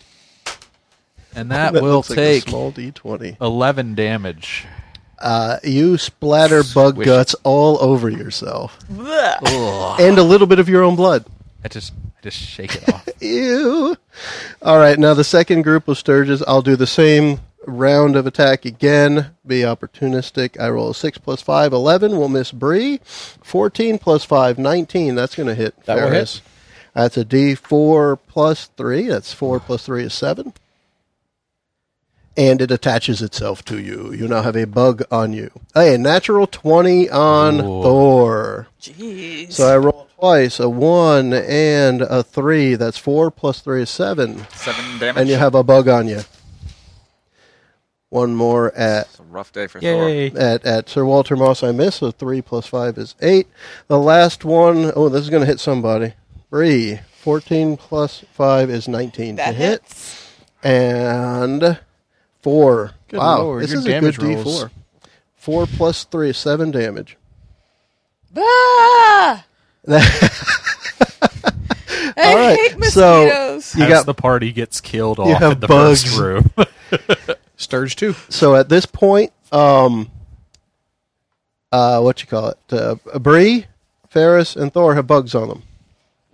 And that, That will looks like a take small d twenty. 11 damage. Uh, you splatter bug Swish. guts all over yourself, Oh. Blech. and a little bit of your own blood. I just I just shake it off. Ew. All right, now the second group of Sturges, I'll do the same round of attack again. Be opportunistic. I roll a 6 plus 5, 11. We'll miss Bree. 14 plus 5, 19. That's going to hit That will Ferris. That's a d4 plus 3. That's 4 plus 3 is 7. And it attaches itself to you. You now have a bug on you. Hey, a natural 20 on Ooh. Thor. Jeez. So I roll twice, a one and a three. That's four plus three is seven, Seven damage. and you have a bug on you. One more at It's a rough day for Yay. Thor. at, at Sir Walter Moss. I miss. So three plus five is eight. The last one oh, this is going to hit somebody. Three. 14 plus 5 is 19 that to hit. hits. And 4. Good wow, lord, this your is a good damage rolls. d4. 4 plus 3 is 7 damage. Bah! I All right, hate so- mosquitoes. You got the party gets killed You have in the bugs. first room. Sturge too. so at this point, um, uh, what you call it? Uh, Bree, Ferris, and Thor have bugs on them.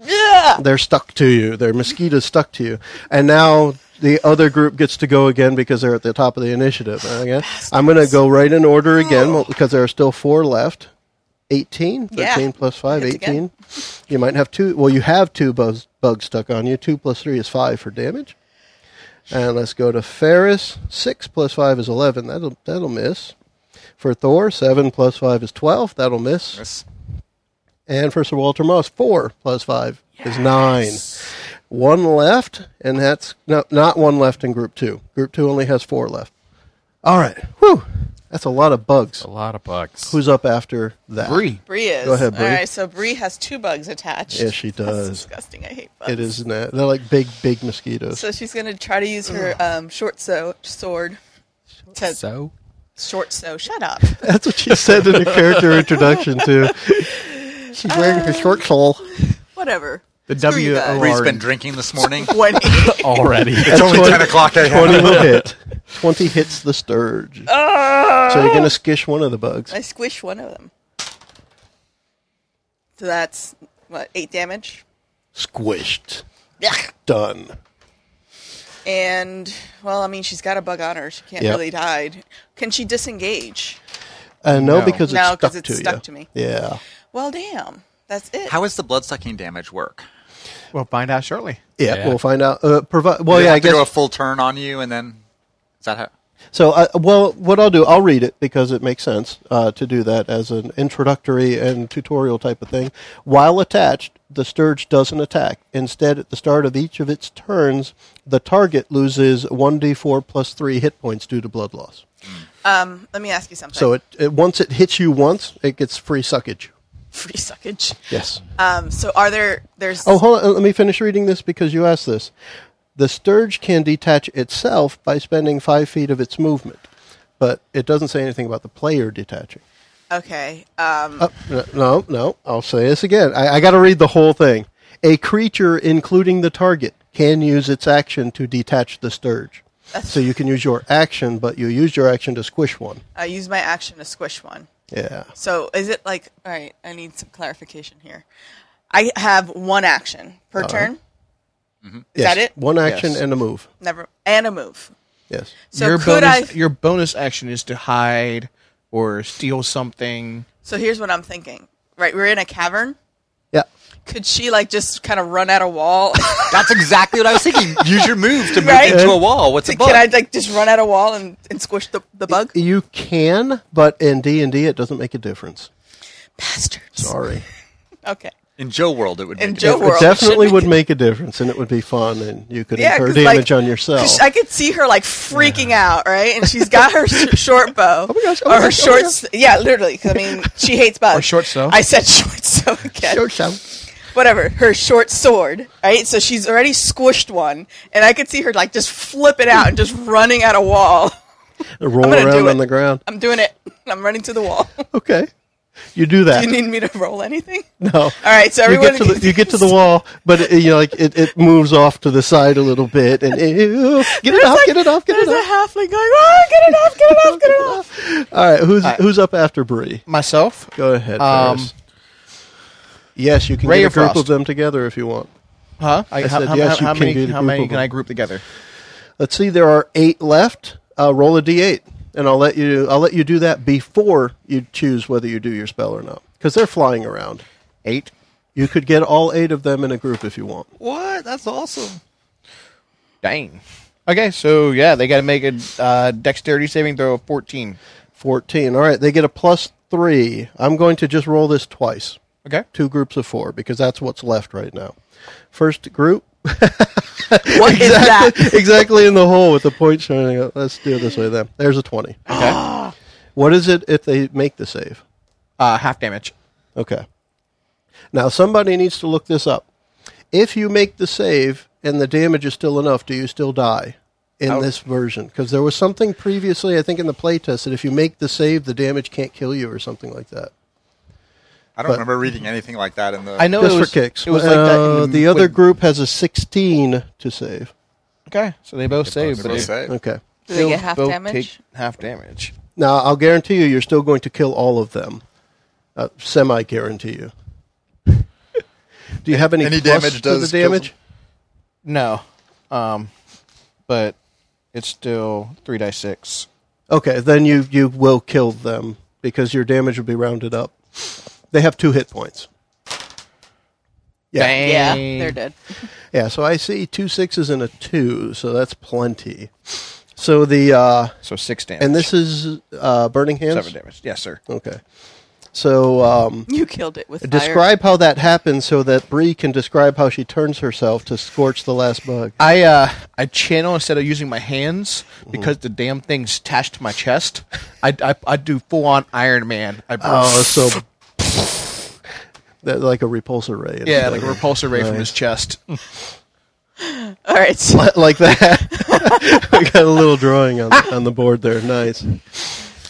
yeah! They're stuck to you. They're mosquitoes stuck to you. And now the other group gets to go again because they're at the top of the initiative. Okay? I'm going to go right in order again well, because there are still four left. 18 Yeah. 13 plus 5 That's a good- 18 you might have two well you have two bugs, bugs stuck on you 2 plus 3 is 5 for damage and let's go to ferris 6 plus 5 is 11 that'll that'll miss for thor 7 plus 5 is 12 that'll miss Yes. and for sir walter moss 4 plus 5 is 9 one left and that's not, not one left in group 2 group 2 only has 4 left all right whew that's a lot of bugs A lot of bucks. who's up after that Bree. Bree is. Go ahead, Bree. All right, so Bree has two bugs attached. Yeah, she does. That's disgusting. I hate bugs. It is not. They're like big, big mosquitoes. So she's going to try to use her um, short so- sword to so? short so. Shut up. That's what she said in her character introduction too. She's wearing her short shawl. Whatever. The Screw you guys. W-O-R- Bree's been drinking this morning. When Already. It's only what- 10 o'clock. I Twenty will hit. Twenty hits the sturge. So you're gonna skish one of the bugs. I squish one of them. So that's what eight damage. Squished. Yeah. Done. And well, I mean, she's got a bug on her. She can't Yep. really hide. Can she disengage? Uh, no, No. because it's No, 'cause stuck it's to stuck you. to me. Yeah. Well, damn. That's it. How does the bloodsucking damage work? We'll find out shortly. yeah, Yeah. We'll find out. Uh, provi- well, Does it yeah. I have to guess do a full turn on you, and then is that how? So, uh, well, what I'll do, I'll read it because it makes sense uh, to do that as an introductory and tutorial type of thing. While attached, the Sturge doesn't attack. Instead, at the start of each of its turns, the target loses 1d4 plus 3 hit points due to blood loss. Um, let me ask you something. So, it, it once it hits you once, it gets free suckage. free suckage. Yes. Um, so are there? There's. Oh, hold on. Let me finish reading this because you asked this. The Sturge can detach itself by spending 5 feet of its movement, but it doesn't say anything about the player detaching. Okay. Um, Uh, no, no. I'll say this again. I, I got to read the whole thing. A creature, including the target, can use its action to detach the sturge. So you can use your action, but you use your action to squish one. I use my action to squish one. Yeah. So is it like? All right. I need some clarification here. I have one action per turn. Is that it? One action Yes. and a move. Never and a move. Yes. So your could bonus, I? your bonus action is to hide or steal something. So here's what I'm thinking. Right, we're in a cavern. Yeah. Could she like just kind of run at a wall? That's exactly what I was thinking. Use your move to move Right? into a wall. What's a bug? Can I like just run at a wall and, and squish the, the bug? You can, but in D and D, it doesn't make a difference. Bastards. Sorry. Okay. In Joe world, it would In make a Joe difference. World, it it definitely should would make a difference, and it would be fun, and you could incur 'cause, damage like, on yourself. 'cause I could see her like freaking out, right? And she's got her sh- short bow. Oh my gosh, oh or my her gosh, oh my short. s- Yeah, literally. 'cause, I mean, she hates bugs. Or short so. I said short so again. Sure, Sam. Whatever. Her short sword, right? So she's already squished one, and I could see her like just flip it out and just running at a wall. Roll gonna around do on it. the ground. I'm doing it. I'm running to the wall. Okay. You do that. You need me to roll anything? No. All right, so you get everyone- to the, you get to the wall, but it, you know, like it, it moves off to the side a little bit, and ew, get it off, get it off, get There's it a off. halfling going, oh, get it off, get it off, get it off. All right, who's who's up after Bree? Myself, Go ahead. Um, Ferris. yes, you can Ray get a of group Frost. of them together if you want. huh? I, I how, said, how- yes, you how- how can many? do the how group many of can them. I group together? Let's see, there are eight left. Uh, roll a d8, and I'll let you I'll let you do that before you choose whether you do your spell or not, because they're flying around. Eight. You could get all eight of them in a group if you want. What? That's awesome. Dang. Okay, so yeah, they got to make a uh, dexterity saving throw of fourteen. 14. All right, they get a plus three. I'm going to just roll this twice. Okay. Two groups of four, because that's what's left right now. First group, What is that? exactly in the hole with the point shining out. Let's do it this way then. There's a 20. Okay. What is it if they make the save? uh, half damage. Okay. Now, somebody needs to look this up. If you make the save and the damage is still enough, do you still die in this version? Because there was something previously, I think, in the playtest that if you make the save, the damage can't kill you or something like that. I don't remember reading anything like that in the. I know just it was for kicks. It was like that. Uh, in- the other with- group has a 16 to save. Okay, so they both save, but We'll they say. Okay. Do they get still half both damage? Take half damage. Now I'll guarantee you, you're still going to kill all of them. Uh, Semi guarantee you. Do you have any, Any plus damage to does the kill damage? No, um, but it's still three dice six. Okay, then you you will kill them because your damage will be rounded up. They have two hit points. Yeah. Yeah, they're dead. Yeah, so I see two sixes and a two, so that's plenty. So the uh So six damage. and this is uh burning hands. seven damage. Yes, sir. Okay. So um You killed it with fire. describe how that happens so that Bree can describe how she turns herself to scorch the last bug. I uh, I channel instead of using my hands because the damn thing's attached to my chest. I, I, I do full on Iron Man. I Oh, so that like a repulsor ray. yeah, like a repulsor ray from his chest. All right, so Like- like that. I got a little drawing on on the board there. Nice.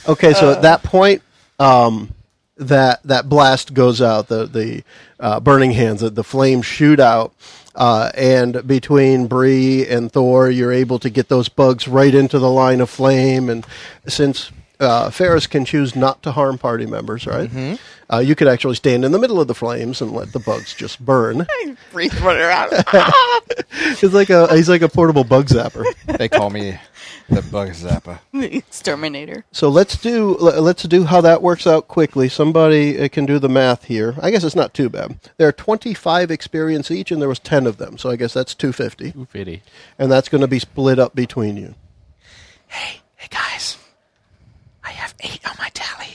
Okay, so at that point, um, that that blast goes out. The the uh, burning hands, the, the flames shoot out, uh, and between Bree and Thor, you're able to get those bugs right into the line of flame. And since uh, Ferris can choose not to harm party members, right? Uh, you could actually stand in the middle of the flames and let the bugs just burn. I breathe one around. He's like a he's like a portable bug zapper. They call me the Bug Zappa. The exterminator. So let's do le- let's do how that works out quickly. Somebody uh, can do the math here. I guess it's not too bad. There are 25 experience each and there was 10 of them. So I guess that's 250 Ooh, pity. and that's going to be split up between you. Hey guys, I have eight on my tally.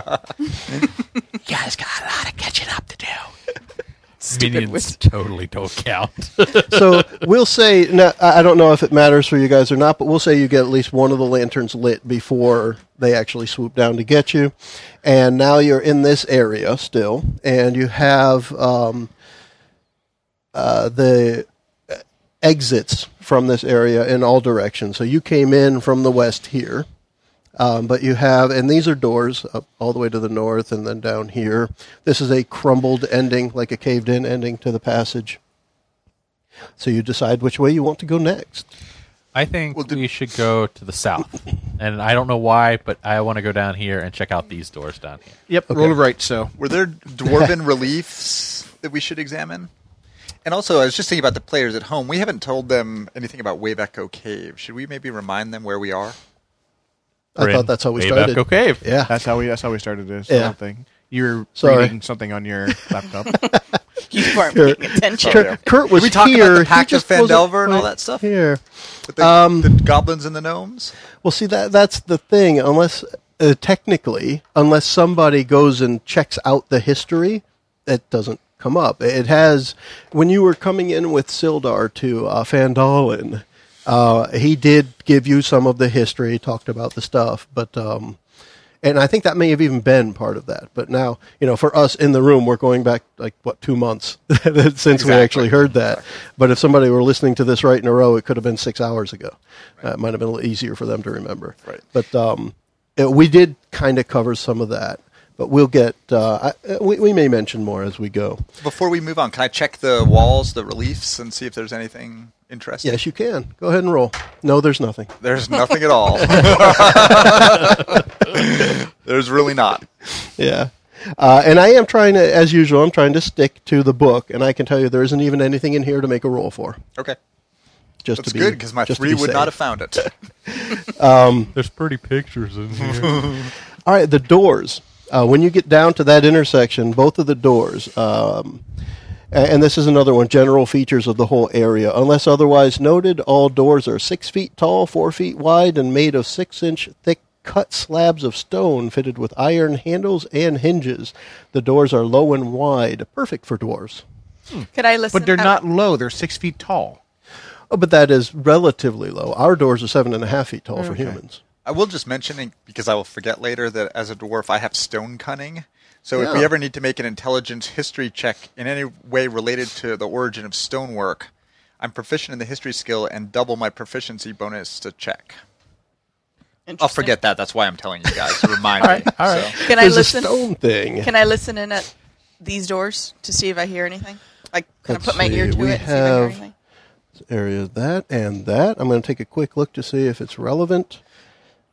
you guys got a lot of catching up to do. Minions wizard. totally don't count. So we'll say no, I I don't know if it matters for you guys or not, but we'll say you get at least one of the lanterns lit before they actually swoop down to get you. And now you're in this area still and you have um, uh, the exits from this area in all directions. So you came in from the west here, um, but you have, and these are doors up all the way to the north and then down here. This is a crumbled ending, like a caved in ending to the passage. So you decide which way you want to go next. I think we should go to the south, and I don't know why, but I want to go down here and check out these doors down here. Yep, roll to right. So Were there dwarven reliefs that we should examine? And also, I was just thinking about the players at home. We haven't told them anything about Wave Echo Cave. Should we maybe remind them where we are? We're I in thought that's how we Bayback started. Oak Cave. Yeah. that's how we that's how we started this Yeah. whole thing. You were Sorry. reading something on your laptop. You weren't Sure. paying attention. Kurt, Kurt was Did we talk about here. he the Pact just of wasn't Phandelver and all quite that stuff? Here. With the, Um, the goblins and the gnomes? Well, see that that's the thing. Unless uh, technically, unless somebody goes and checks out the history, it doesn't come up. It has when you were coming in with Sildar to uh, Fandolin, uh, he did give you some of the history, talked about the stuff, but. Um, and I think that may have even been part of that. But now, you know, for us in the room, we're going back like what two months since we actually heard that. But if somebody were listening to this right in a row, it could have been six hours ago. Uh, it might have been a little easier for them to remember. Right. But um, it- we did kind of cover some of that. But we'll get. Uh, I, uh, we, we may mention more as we go. Before we move on, can I check the walls, the reliefs, and see if there's anything interesting? Yes, you can. Go ahead and roll. No, there's nothing. There's nothing at all. There's really not. Yeah. Uh, and I am trying to, as usual, I'm trying to stick to the book, and I can tell you there isn't even anything in here to make a roll for. Okay. Just That's to be good because my just to three be would safe. not have found it. There's pretty pictures in here. All right, the doors. Uh, when you get down to that intersection, both of the doors, um, a- and this is another one general features of the whole area. Unless otherwise noted, all doors are six feet tall, four feet wide, and made of six inch thick cut slabs of stone fitted with iron handles and hinges. The doors are low and wide, perfect for dwarves. Could I listen? but they're not out- low. They're six feet tall. Oh, but that is relatively low. Our doors are seven and a half feet tall for humans. I will just mention, in- because I will forget later, that as a dwarf, I have stone cunning. So if we Yeah. ever need to make an intelligence history check in any way related to the origin of stonework, I'm proficient in the history skill and double my proficiency bonus to check. I'll Interesting. forget that. That's why I'm telling you guys. to Remind me. all right. Can I There's listen? a stone thing. Can I listen in at these doors to see if I hear anything? Like, can Let's I put my ear see, to we it? and see if I hear have- anything? area is that and that. I'm going to take a quick look to see if it's relevant.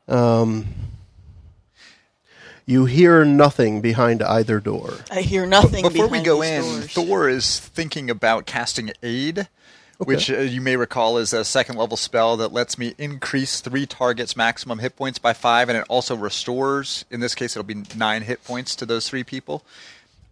Um, you hear nothing behind either door. I hear nothing. Before we behind go these in, doors. Thor is thinking about casting aid, which uh, you may recall is a second level spell that lets me increase three targets' maximum hit points by five, and it also restores. In this case, it'll be nine hit points to those three people.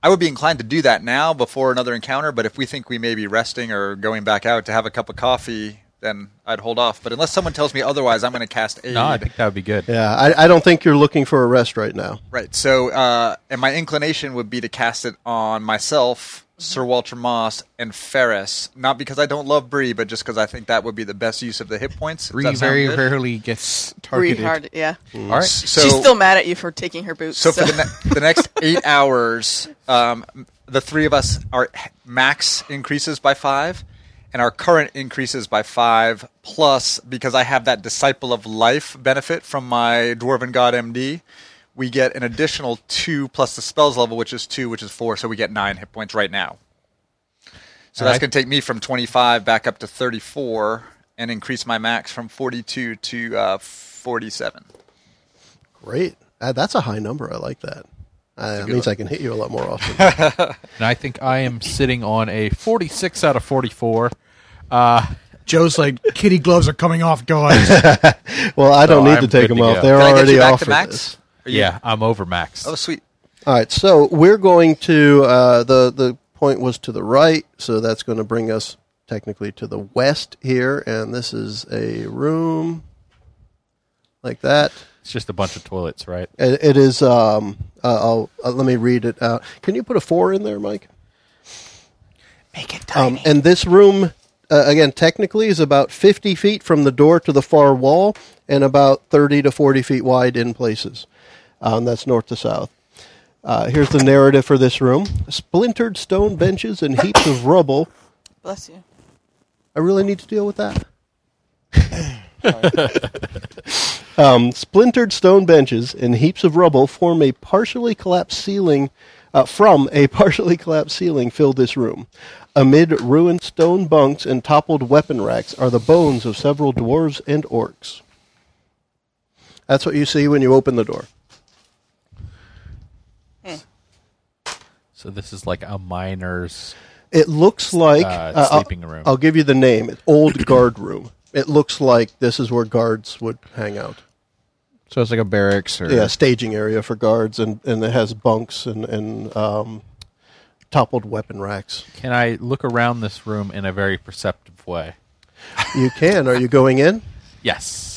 I would be inclined to do that now before another encounter, but if we think we may be resting or going back out to have a cup of coffee, then I'd hold off. But unless someone tells me otherwise, I'm going to cast aid. No, I think that would be good. Yeah, I, I don't think you're looking for a rest right now. Right. So, uh, and my inclination would be to cast it on myself, Sir Walter Moss, and Ferris. Not because I don't love Bree, but just because I think that would be the best use of the hit points. Does Bree that sound very good? rarely gets Pretty targeted. hard, yeah. All right. Hmm. So, She's still mad at you for taking her boots. so, for the, ne- the next eight hours, um, the three of us our max increases by five, and our current increases by five plus because I have that disciple of life benefit from my dwarven god MD. We get an additional two plus the spells level, which is two, which is four, so we get nine hit points right now. So that's Alright. going to take me from 25 back up to 34 and increase my max from 42 to uh, 47. Great. Uh, that's a high number. I like that. Uh, it means I can hit you a lot more often. And I think I am sitting on a 46 out of Uh, 44. Joe's like, kitty gloves are coming off, guys. well, I don't So need I'm to take good them to off. go. They're Can I already get you back off to for max? this. Are you- Yeah, I'm over max. Oh, sweet. All right, so we're going to uh, the the point was to the right, so that's going to bring us technically to the west here, and this is a room like that. It's just a bunch of toilets, right? It, it is. Um, uh, I'll uh, let me read it out. Can you put a four in there, Mike? Make it Um, and this room, uh, again, technically is about 50 feet from the door to the far wall and about 30 to 40 feet wide in places. Um, that's north to south. Uh, here's the narrative for this room splintered stone benches and heaps of rubble. Bless you. I really need to deal with that. um, splintered stone benches and heaps of rubble form a partially collapsed ceiling. Uh, from a partially collapsed ceiling, filled this room. Amid ruined stone bunks and toppled weapon racks are the bones of several dwarves and orcs. That's what you see when you open the door. So this is like a miner's. It looks like Uh, it's sleeping I'll, room. I'll give you the name. It's Old Guard Room. It looks like this is where guards would hang out. so it's like a barracks or yeah, staging area for guards, and, and it has bunks and and um, toppled weapon racks. Can I look around this room in a very perceptive way? You can. Are you going in? Yes.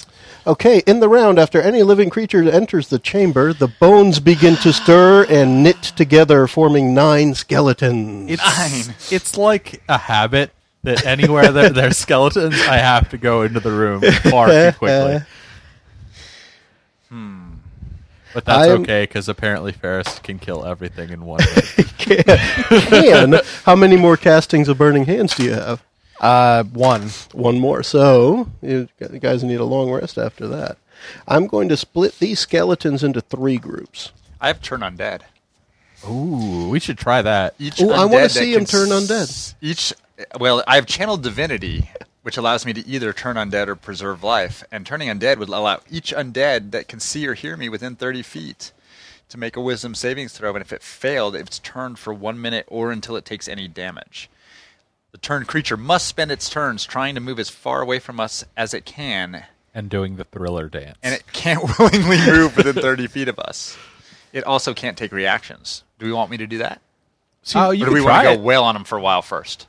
Okay. In the round, after any living creature enters the chamber, the bones begin to stir and knit together, forming nine skeletons. It's, it's like a habit that anywhere that there's skeletons, I have to go into the room far too quickly. hmm. But that's I'm- okay because apparently Ferris can kill everything in one. hit. can, can. How many more castings of burning hands do you have? uh, one. One more. So you guys need a long rest after that. I'm going to split these skeletons into three groups. I have turn undead. Ooh, we should try that. Each Ooh, I wanna undead that see him can turn undead. s- Each well, I have channeled divinity, which allows me to either turn undead or preserve life. And turning undead would allow each undead that can see or hear me within thirty feet to make a wisdom savings throw, and if it failed, it's turned for one minute or until it takes any damage. The turned creature must spend its turns trying to move as far away from us as it can, And doing the thriller dance. and it can't willingly move within thirty feet of us. It also can't take reactions. Do we want me to do that? Uh, oh, you or do can we try want to it. go whale on them for a while first?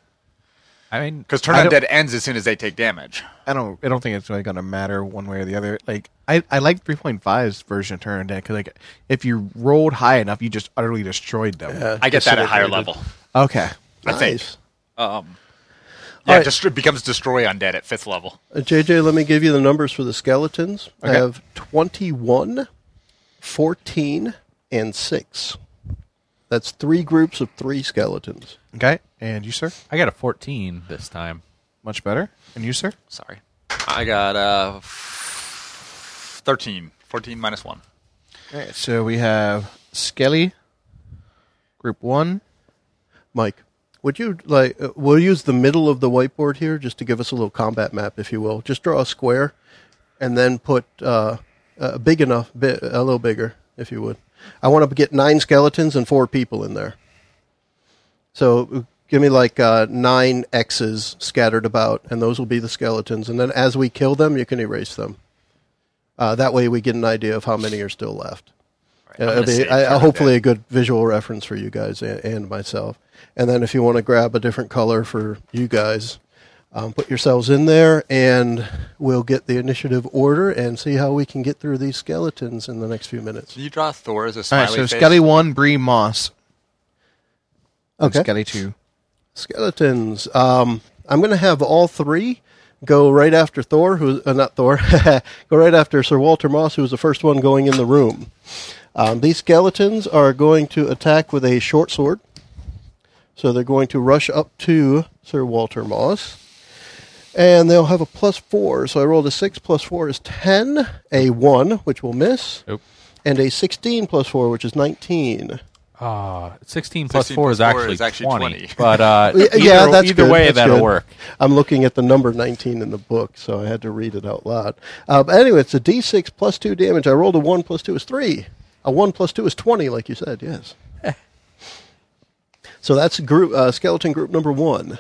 I mean, Because turn I don't- undead ends as soon as they take damage. I don't. I don't think it's really going to matter one way or the other. Like I, I like 3.5's version of Turn Undead because like if you rolled high enough, you just utterly destroyed them. I get that at higher level. Okay. I think. Nice. Um, yeah, right. it destro- becomes destroy undead at fifth level. Uh, JJ, let me give you the numbers for the skeletons. I Okay. have 21, 14, and 6. That's three groups of three skeletons. Okay. And you, sir, I got a 14 this time. much better. And you, sir, Sorry, I got uh, f- 13. 14 minus one. All right, so we have Skelly, Group One. Mike, would you like, uh, we'll use the middle of the whiteboard here just to give us a little combat map, if you will. Just draw a square and then put uh, a big enough, bi- a little bigger, if you would. I want to get nine skeletons and four people in there. So give me like uh, nine X's scattered about, and those will be the skeletons. And then as we kill them, you can erase them. Uh, that way, we get an idea of how many are still left. I'm Uh, gonna it'll be, save I, part I- of hopefully, that. a good visual reference for you guys and, and myself. And then, if you want to grab a different color for you guys, um, put yourselves in there, and we'll get the initiative order and see how we can get through these skeletons in the next few minutes. Can you draw Thor as a All smiley right, so face? Skelly one, Bree Moss. and Okay. Skelly two. Skeletons. Um, I'm going to have all three go right after Thor, who uh, not Thor, go right after Sir Walter Moss, who was the first one going in the room. Um, these skeletons are going to attack with a short sword, so they're going to rush up to Sir Walter Moss, and they'll have a plus four. So I rolled a six plus four is ten, a one which will miss, Nope. and a sixteen plus four which is nineteen. Uh, 16 plus 16 4 is plus four actually, is actually 20. 20. But uh, Yeah, either, E-, yeah, that's either good, way, that's that'll good. work. I'm looking at the number 19 in the book, so I had to read it out loud. Uh, but anyway, it's a d6 plus 2 damage. I rolled a 1 plus 2 is 3. A 1 plus 2 is 20, like you said, yes. so that's group uh, skeleton group number 1.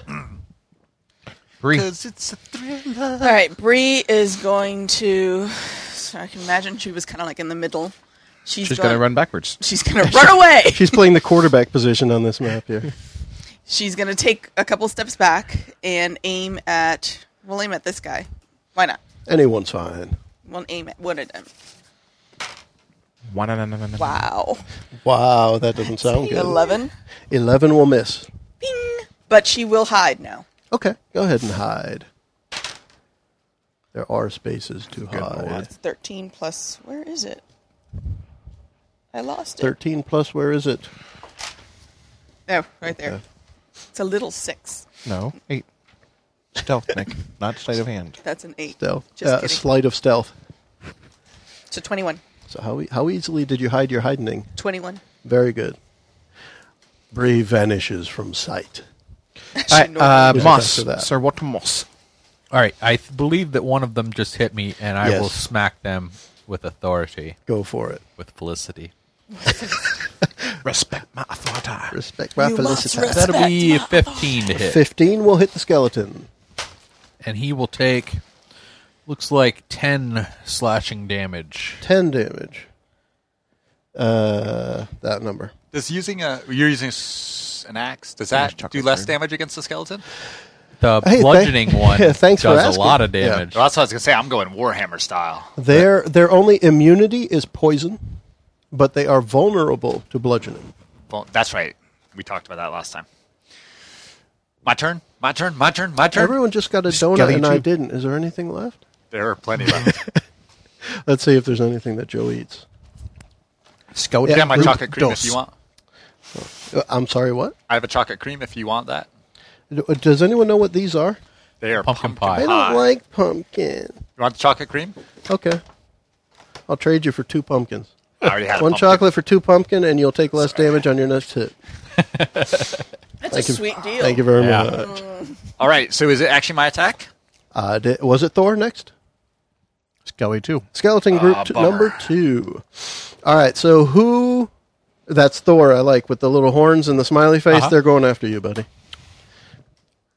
Bree. 'Cause it's a thriller. All right, Bree is going to. So I can imagine she was kind of like in the middle. She's, She's going gonna run backwards. She's gonna run away. She's playing the quarterback position on this map here. She's gonna take a couple steps back and aim at. We'll aim at this guy. Why not? Anyone's fine. We'll aim at one of them. Wow. Wow. Wow, that doesn't sound good. Eleven. 11 will miss. Bing. But she will hide now. Okay, go ahead and hide. There are spaces to hide. It's thirteen plus. Where is it? I lost it. 13 plus, where is it? Uh, Oh, right there. It's a little six. No, eight. Stealth, Nick, not sleight of hand. That's an eight. Stealth. Just uh, kidding. sleight of stealth. so twenty-one. So how e- how easily did you hide your hiding? Twenty-one. Very good. Bree vanishes from sight. All right, uh, Who's Moss, after that? Sir Walter Moss. All right. I th- believe that one of them just hit me, and I Yes. will smack them with authority, Go for it. with felicity. Respect my authority. Respect my You must felicity. respect- That'll be a 15 to hit. Fifteen will hit the skeleton. And he will take, looks like 10 slashing damage. Ten damage. Uh, that number. Does using a you're using s- an axe? Does that chocolate do less fruit. damage against the skeleton? The Hey, thank- bludgeoning one Yeah, thanks for does a asking. lot of Yeah. damage. Well, that's what I was gonna say. I'm going Warhammer style. Their their only immunity is poison, but they are vulnerable to bludgeoning. Well, that's right. We talked about that last time. My turn. My turn. My turn. My turn. Everyone just got a donut Skelly and I too. didn't. Is there anything left? There are plenty left. Let's see if there's anything that Joe eats. Scout. yeah, Yeah, my Ruth chocolate cream if dos. you want. Uh, I'm sorry. What? I have a chocolate cream if you want that. D- Does anyone know what these are? They are Pumpkin pumpkin, pie. I pie. don't like pumpkin. You want the chocolate cream? Okay. I'll trade you for two pumpkins. I already had a One pumpkin. chocolate for two pumpkin, and you'll take less damage on your next hit. That's Thank a you. sweet deal. Thank you very Yeah. much. All right. So is it actually my attack? Uh, di- was it Thor next? Skelly too. Skeleton group Ah, t- bummer. number two. All right, so who? That's Thor. I like with the little horns and the smiley face. Uh-huh. They're going after you, buddy.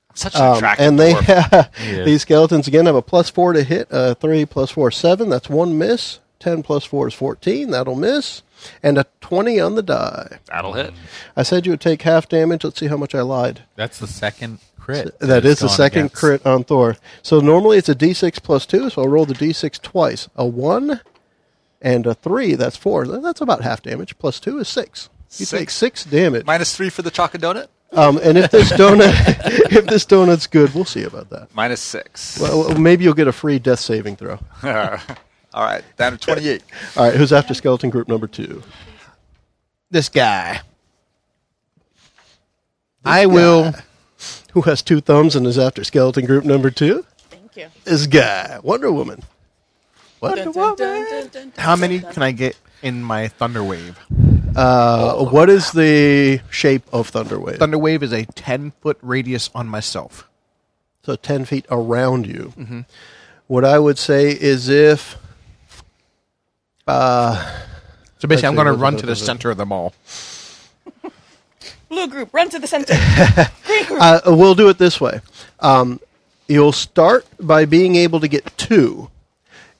I'm such an Um, attractive. and they dwarf. have, Yeah. these skeletons again have a plus four to hit, uh, three plus four seven. That's one miss. Ten plus four is fourteen. That'll miss, and a twenty on the die. that'll hit. I said you would take half damage. Let's see how much I lied. That's the second crit. That is it's the gone second against. crit on Thor. So normally it's a d6 plus two, so I'll roll the d6 twice. A one and a three, that's four. Th- That's about half damage. Plus two is six. You take Six. six damage. Minus three for the chocolate donut. Um, and if this donut, if this donut's good, we'll see about that. Minus six. Well, well, maybe you'll get a free death saving throw. All right. Down to twenty-eight. All right, who's after skeleton group number two? This guy. I will. Who has two thumbs and is after skeleton group number two? Thank you. This guy, Wonder Woman. Wonder Dun, Woman. dun, dun, dun, dun, dun, How many dun, can I get in my Thunder Wave? Uh, what is the shape of Thunder Wave? Thunder Wave is a ten foot radius on myself. so 10 feet around you. What I would say is if So basically, I'm going to Actually, run to the uh, center of them all. Blue group, run to the center. Green group. Uh, we'll do it this way. Um, you'll start by being able to get two.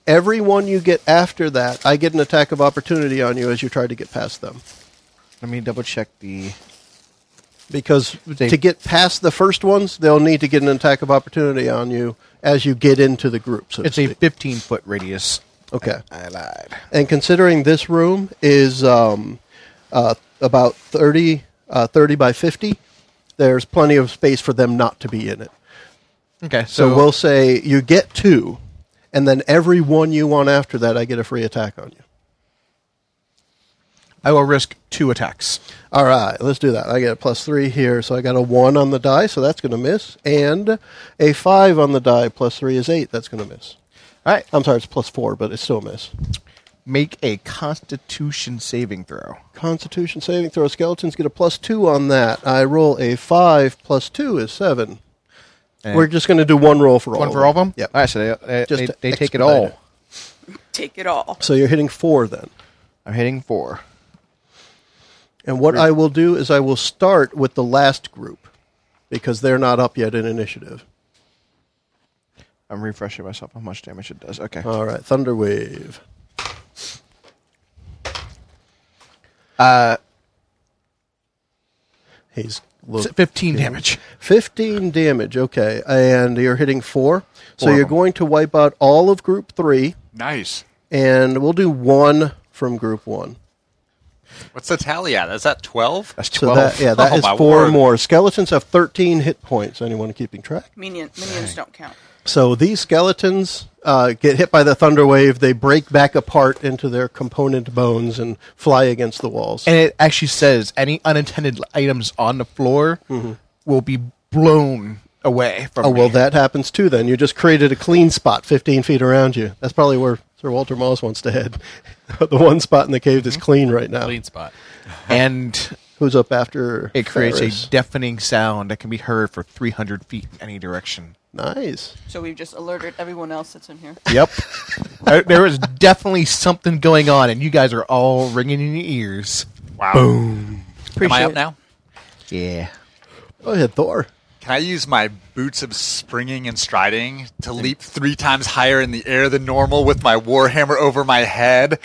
Every one you get after that, I get an attack of opportunity on you as you try to get past them. Let me double check the. Because They- to get past the first ones, they'll need to get an attack of opportunity on you as you get into the group. So to It's a speak. 15 foot radius. okay. I lied. And considering this room is um, uh, about 30, uh, 30 by 50, there's plenty of space for them not to be in it. Okay, So, so, we'll say you get two, and then every one you want after that, I get a free attack on you. I will risk two attacks. All right, let's do that. I get a plus three here, so I got a one on the die, so that's going to miss, and a five on the die plus three is eight. That's going to miss. All right, I'm sorry, it's plus four, but it's still a miss. make a Constitution saving throw. Constitution saving throw. Skeletons get a plus two on that. I roll a five plus two is seven. And We're just going to do one roll for all. one for all of them. Yep. All right, so they, uh, Just they, to they take it expedite all. it. Take it all. So you're hitting four then. I'm hitting four. And what I will do is I will start with the last group because they're not up yet in initiative. I'm refreshing myself. How much damage it does? Okay. All right, Thunderwave. Uh, He's it's look, at 15 damage. 15 damage. Okay, and you're hitting four. So Four of you're them. going to wipe out all of group three, Nice. and we'll do one from group one. What's the tally at? Is that 12? That's So 12. that yeah, that Oh, is my four word. more. Skeletons have 13 hit points. Anyone keeping track? Minion, minions don't count. So these skeletons uh, get hit by the thunder wave. They break back apart into their component bones and fly against the walls. and it actually says any unintended items on the floor will be blown away from Mm-hmm. oh well, me. that happens too. Then you just created a clean spot 15 feet around you. That's probably where Sir Walter Moss wants to head. the one spot in the cave that's clean right now. Clean spot. and Who's up after? it creates Ferris? a deafening sound that can be heard for 300 feet in any direction nice. So we've just alerted everyone else that's in here. yep Uh, there is definitely something going on and you guys are all ringing in your ears Wow. Am I Appreciate up it. now? yeah Go ahead, Thor. Can I use my boots of springing and striding to leap three times higher in the air than normal with my warhammer over my head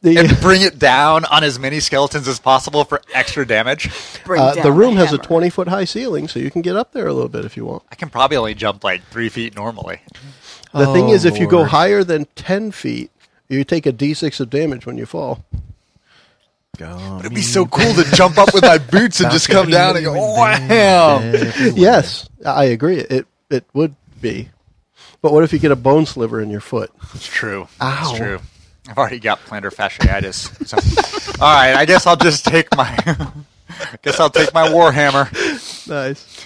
The- and bring it down on as many skeletons as possible for extra damage? Bring Uh, down the room has a hammer. 20 foot high ceiling, so you can get up there a little bit if you want. I can probably only jump like three feet normally. The thing Oh, is, if you go Lord. higher than 10 feet, you take a d6 of damage when you fall. Gum. It'd be so cool to jump up with my boots and just come down and go, wow. Yes, I agree. It it would be. But what if you get a bone sliver in your foot? It's true. Ow. It's true. I've already got plantar fasciitis. So. All right, I guess I'll just take my. I guess I'll take my warhammer, Nice.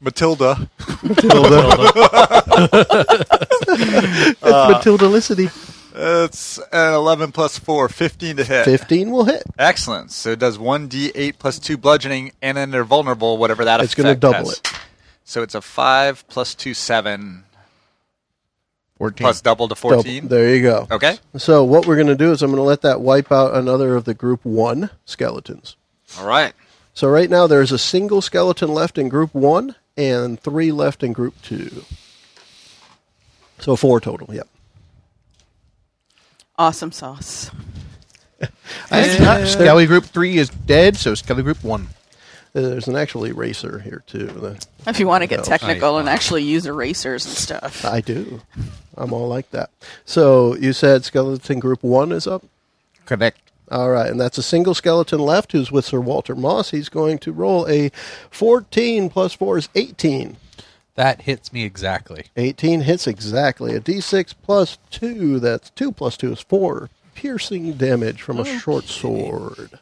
Matilda. Matilda. it's Matildalicity. It's an 11 plus 4, 15 to hit. 15 will hit. Excellent. So it does 1d8 plus 2 bludgeoning, and then they're vulnerable, whatever that It's going to double it. So it's a 5 plus 2, 7, 14 plus double to Double. 14. There you go. Okay. So what we're going to do is I'm going to let that wipe out another of the group 1 skeletons. All right. So right now there's a single skeleton left in group one and three left in group two. So four total, yep. Awesome sauce. Uh, skelly group 3 is dead so skelly group 1 There's an actual eraser here too. If you want to get Nice. technical and actually use erasers and stuff. I do. I'm all like that. So you said skeleton group one is up? correct All right, and that's a single skeleton left who's with Sir Walter Moss. He's going to roll a 14 plus 4 is 18. That hits me exactly. 18 hits exactly. A d6 plus 2, that's 2 plus 2 is 4. Piercing damage from a short sword.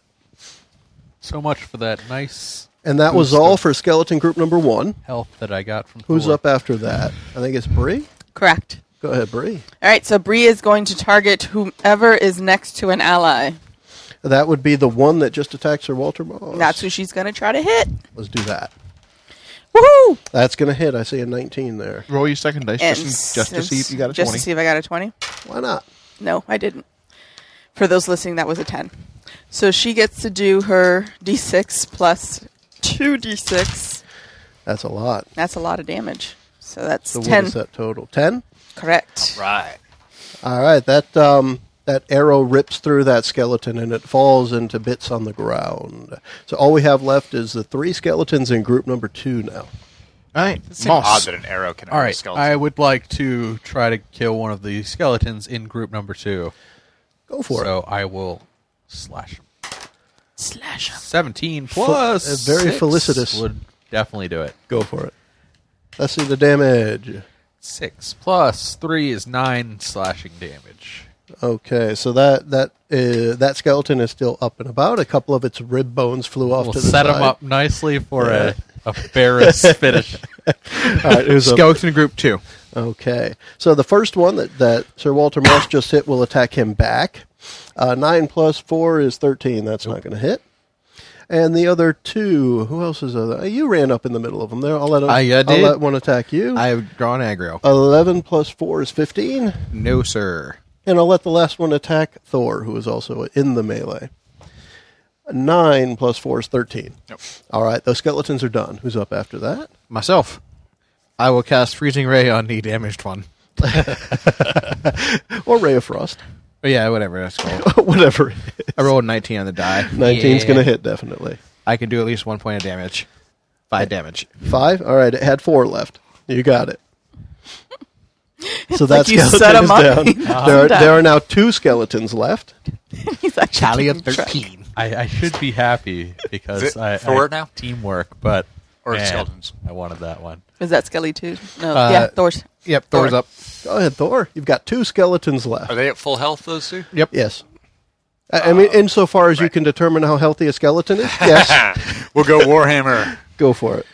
So much for that nice And that was all for skeleton group number one. health that I got from. Who's Thor. up after that? I think it's Bree. Correct. Go ahead, Bree. All right, so Bree is going to target whomever is next to an ally. That would be the one that just attacked Sir Walter Moss. That's who she's going to try to hit. Let's do that. Woohoo! That's going to hit. I see a 19 there. roll your second dice And just, just to since- see if you got a just 20 to see if I got a 20. Why not? No, I didn't. For those listening, that was a 10. So she gets to do her d6 plus 2d6. That's a lot. That's a lot of damage. So that's So what 10. is that total? Ten. Correct. Right. All right. That um, that arrow rips through that skeleton and it falls into bits on the ground. So all we have left is the three skeletons in group number two now. All right, It's odd Moss. that an arrow can All hurt a right, skeleton. I would like to try to kill one of the skeletons in group number two. Go for it. so I will slash him. Slash 'em. Seventeen plus uh, very six felicitous. would definitely do it. Go for it. Let's see the damage. Six plus three is nine slashing damage. Okay, so that that uh, that skeleton is still up and about. A couple of its rib bones flew off We'll to the set side. him up nicely for a, a Ferris finish. All right, it was a- Skeleton group two. Okay. So the first one that, that Sir Walter Moss just hit will attack him back. Uh, 9 plus 4 is 13. That's not going to hit. And the other two, who else is other? uh, You ran up in the middle of them there. I'll let, I, uh, will did. let one attack you. I have drawn aggro. 11 plus 4 is 15. No, sir. And I'll let the last one attack Thor, who is also in the melee. 9 plus 4 is 13. Nope. All right. Those skeletons are done. Who's up after that? Myself. I will cast Freezing Ray on the damaged one. Or Ray of Frost. But yeah, whatever that's called. Whatever it is. I rolled 19 on the die. 19's Yeah. going to hit, definitely. I can do at least one point of damage. Five damage. Five. All right, it had four left. You got it. So like that's you set 'em up. down. there, are, there are now two skeletons left. He's actually Tally of keeping track. 13. I, I should be happy Is because it I, I Thor now? teamwork, but Or man, skeletons. I wanted that one. Is that Skelly too? No. Uh, yeah, Thor's. Yep, Thor's Thor. up. Go ahead, Thor. You've got two skeletons left. Are they at full health, those two? Yep. Yes. I, I mean, insofar as you can determine how healthy a skeleton is, yes. we'll go Warhammer. go for it.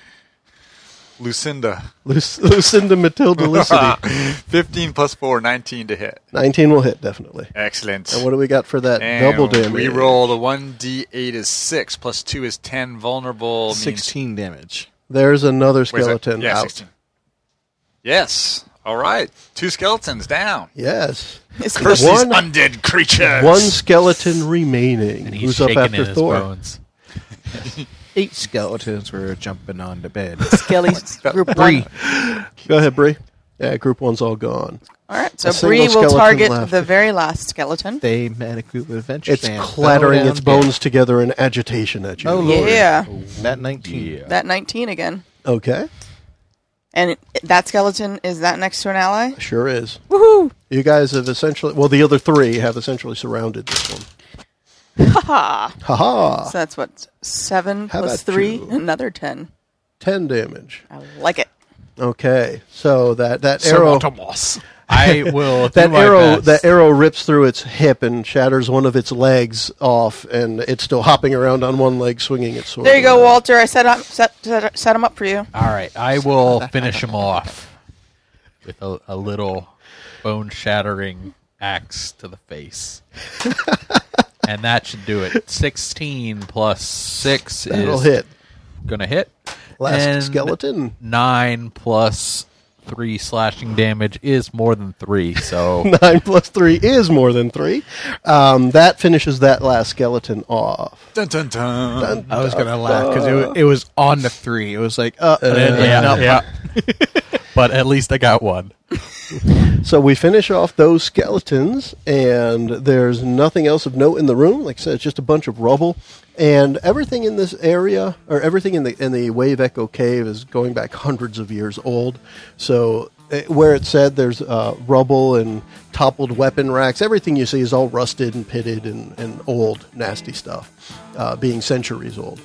Lucinda. Luc- Lucinda Matilda Lucidy. 15 plus 4, 19 to hit. 19 will hit, definitely. Excellent. And what do we got for that And double damage? We roll the 1d8 is 6, plus 2 is 10, vulnerable means- 16 damage. There's another Wait, is that- skeleton yeah, out. 16. Yes. All right. Two skeletons down. Yes. It's Curse the- these One- undead creatures. One skeleton remaining. And he's Who's up shaking after in his Thor? bones. Eight skeletons were jumping on the bed. Skelly's group Three. one. Go ahead, Bree. Yeah, group one's all gone. All right, so A single Bree will skeleton target left. the very last skeleton. They met a group of adventure It's fans. clattering Fell its down bones together in agitation at you. Oh, Lord. Yeah, dead. That 19. Yeah. that 19 again. Okay. And it, that skeleton, is that next to an ally? Sure is. Woohoo! You guys have essentially, well, the other three have essentially surrounded this one. Ha! Haha! So that's what, 7 How plus about 3? you? Another 10. 10 damage. I like it. Okay. So that, that Sir arrow. Walter Moss. I will. do That my arrow, best. that arrow rips through its hip and shatters one of its legs off, and it's still hopping around on one leg, swinging its sword. There you go, around. Walter. I set, up, set, set, set him up for you. All right, I will finish him off with a, a little bone shattering axe to the face. and that should do it. 16 plus 6 That'll is hit. going to hit. Last And skeleton. 9 plus 3 slashing damage is more than 3, so Nine plus three is more than three. Um, that finishes that last skeleton off. Dun, dun, dun. I was going to laugh because Uh. it, wa- it was on the three. It was like, uh, and then- yeah, yeah. but at least I got one. So we finish off those skeletons, and there's nothing else of note in the room. Like I said, it's just a bunch of rubble, and everything in this area, or everything in the in the Wave Echo Cave, is going back hundreds of years old. So eh, where it said there's uh, rubble and toppled weapon racks, everything you see is all rusted and pitted and, and old, nasty stuff, uh, being centuries old.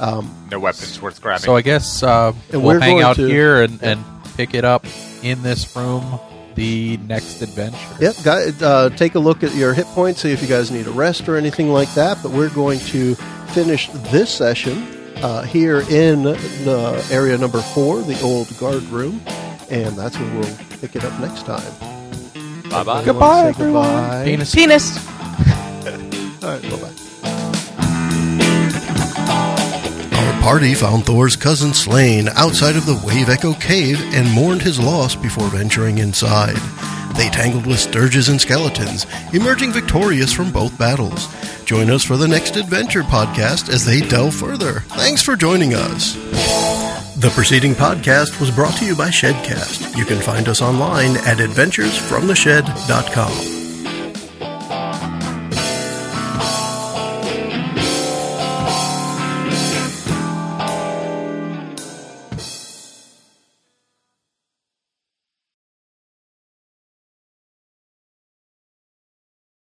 No weapons worth grabbing. So I guess uh, And we'll we're hang going out to- here and, and pick it up in this room the next adventure. Yep, guy- uh, take a look at your hit points, see if you guys need a rest or anything like that. But we're going to finish this session uh, here in the area number four, the old guard room, and that's where we'll pick it up next time. bye bye. Goodbye, goodbye. Penis. Penis. All right, bye bye. Our party found Thor's cousin slain outside of the Wave Echo Cave and mourned his loss before venturing inside. They tangled with Sturges and skeletons, emerging victorious from both battles. Join us for the next adventure podcast as they delve further. Thanks for joining us. The preceding podcast was brought to you by Shedcast. You can find us online at adventuresfromtheshed.com.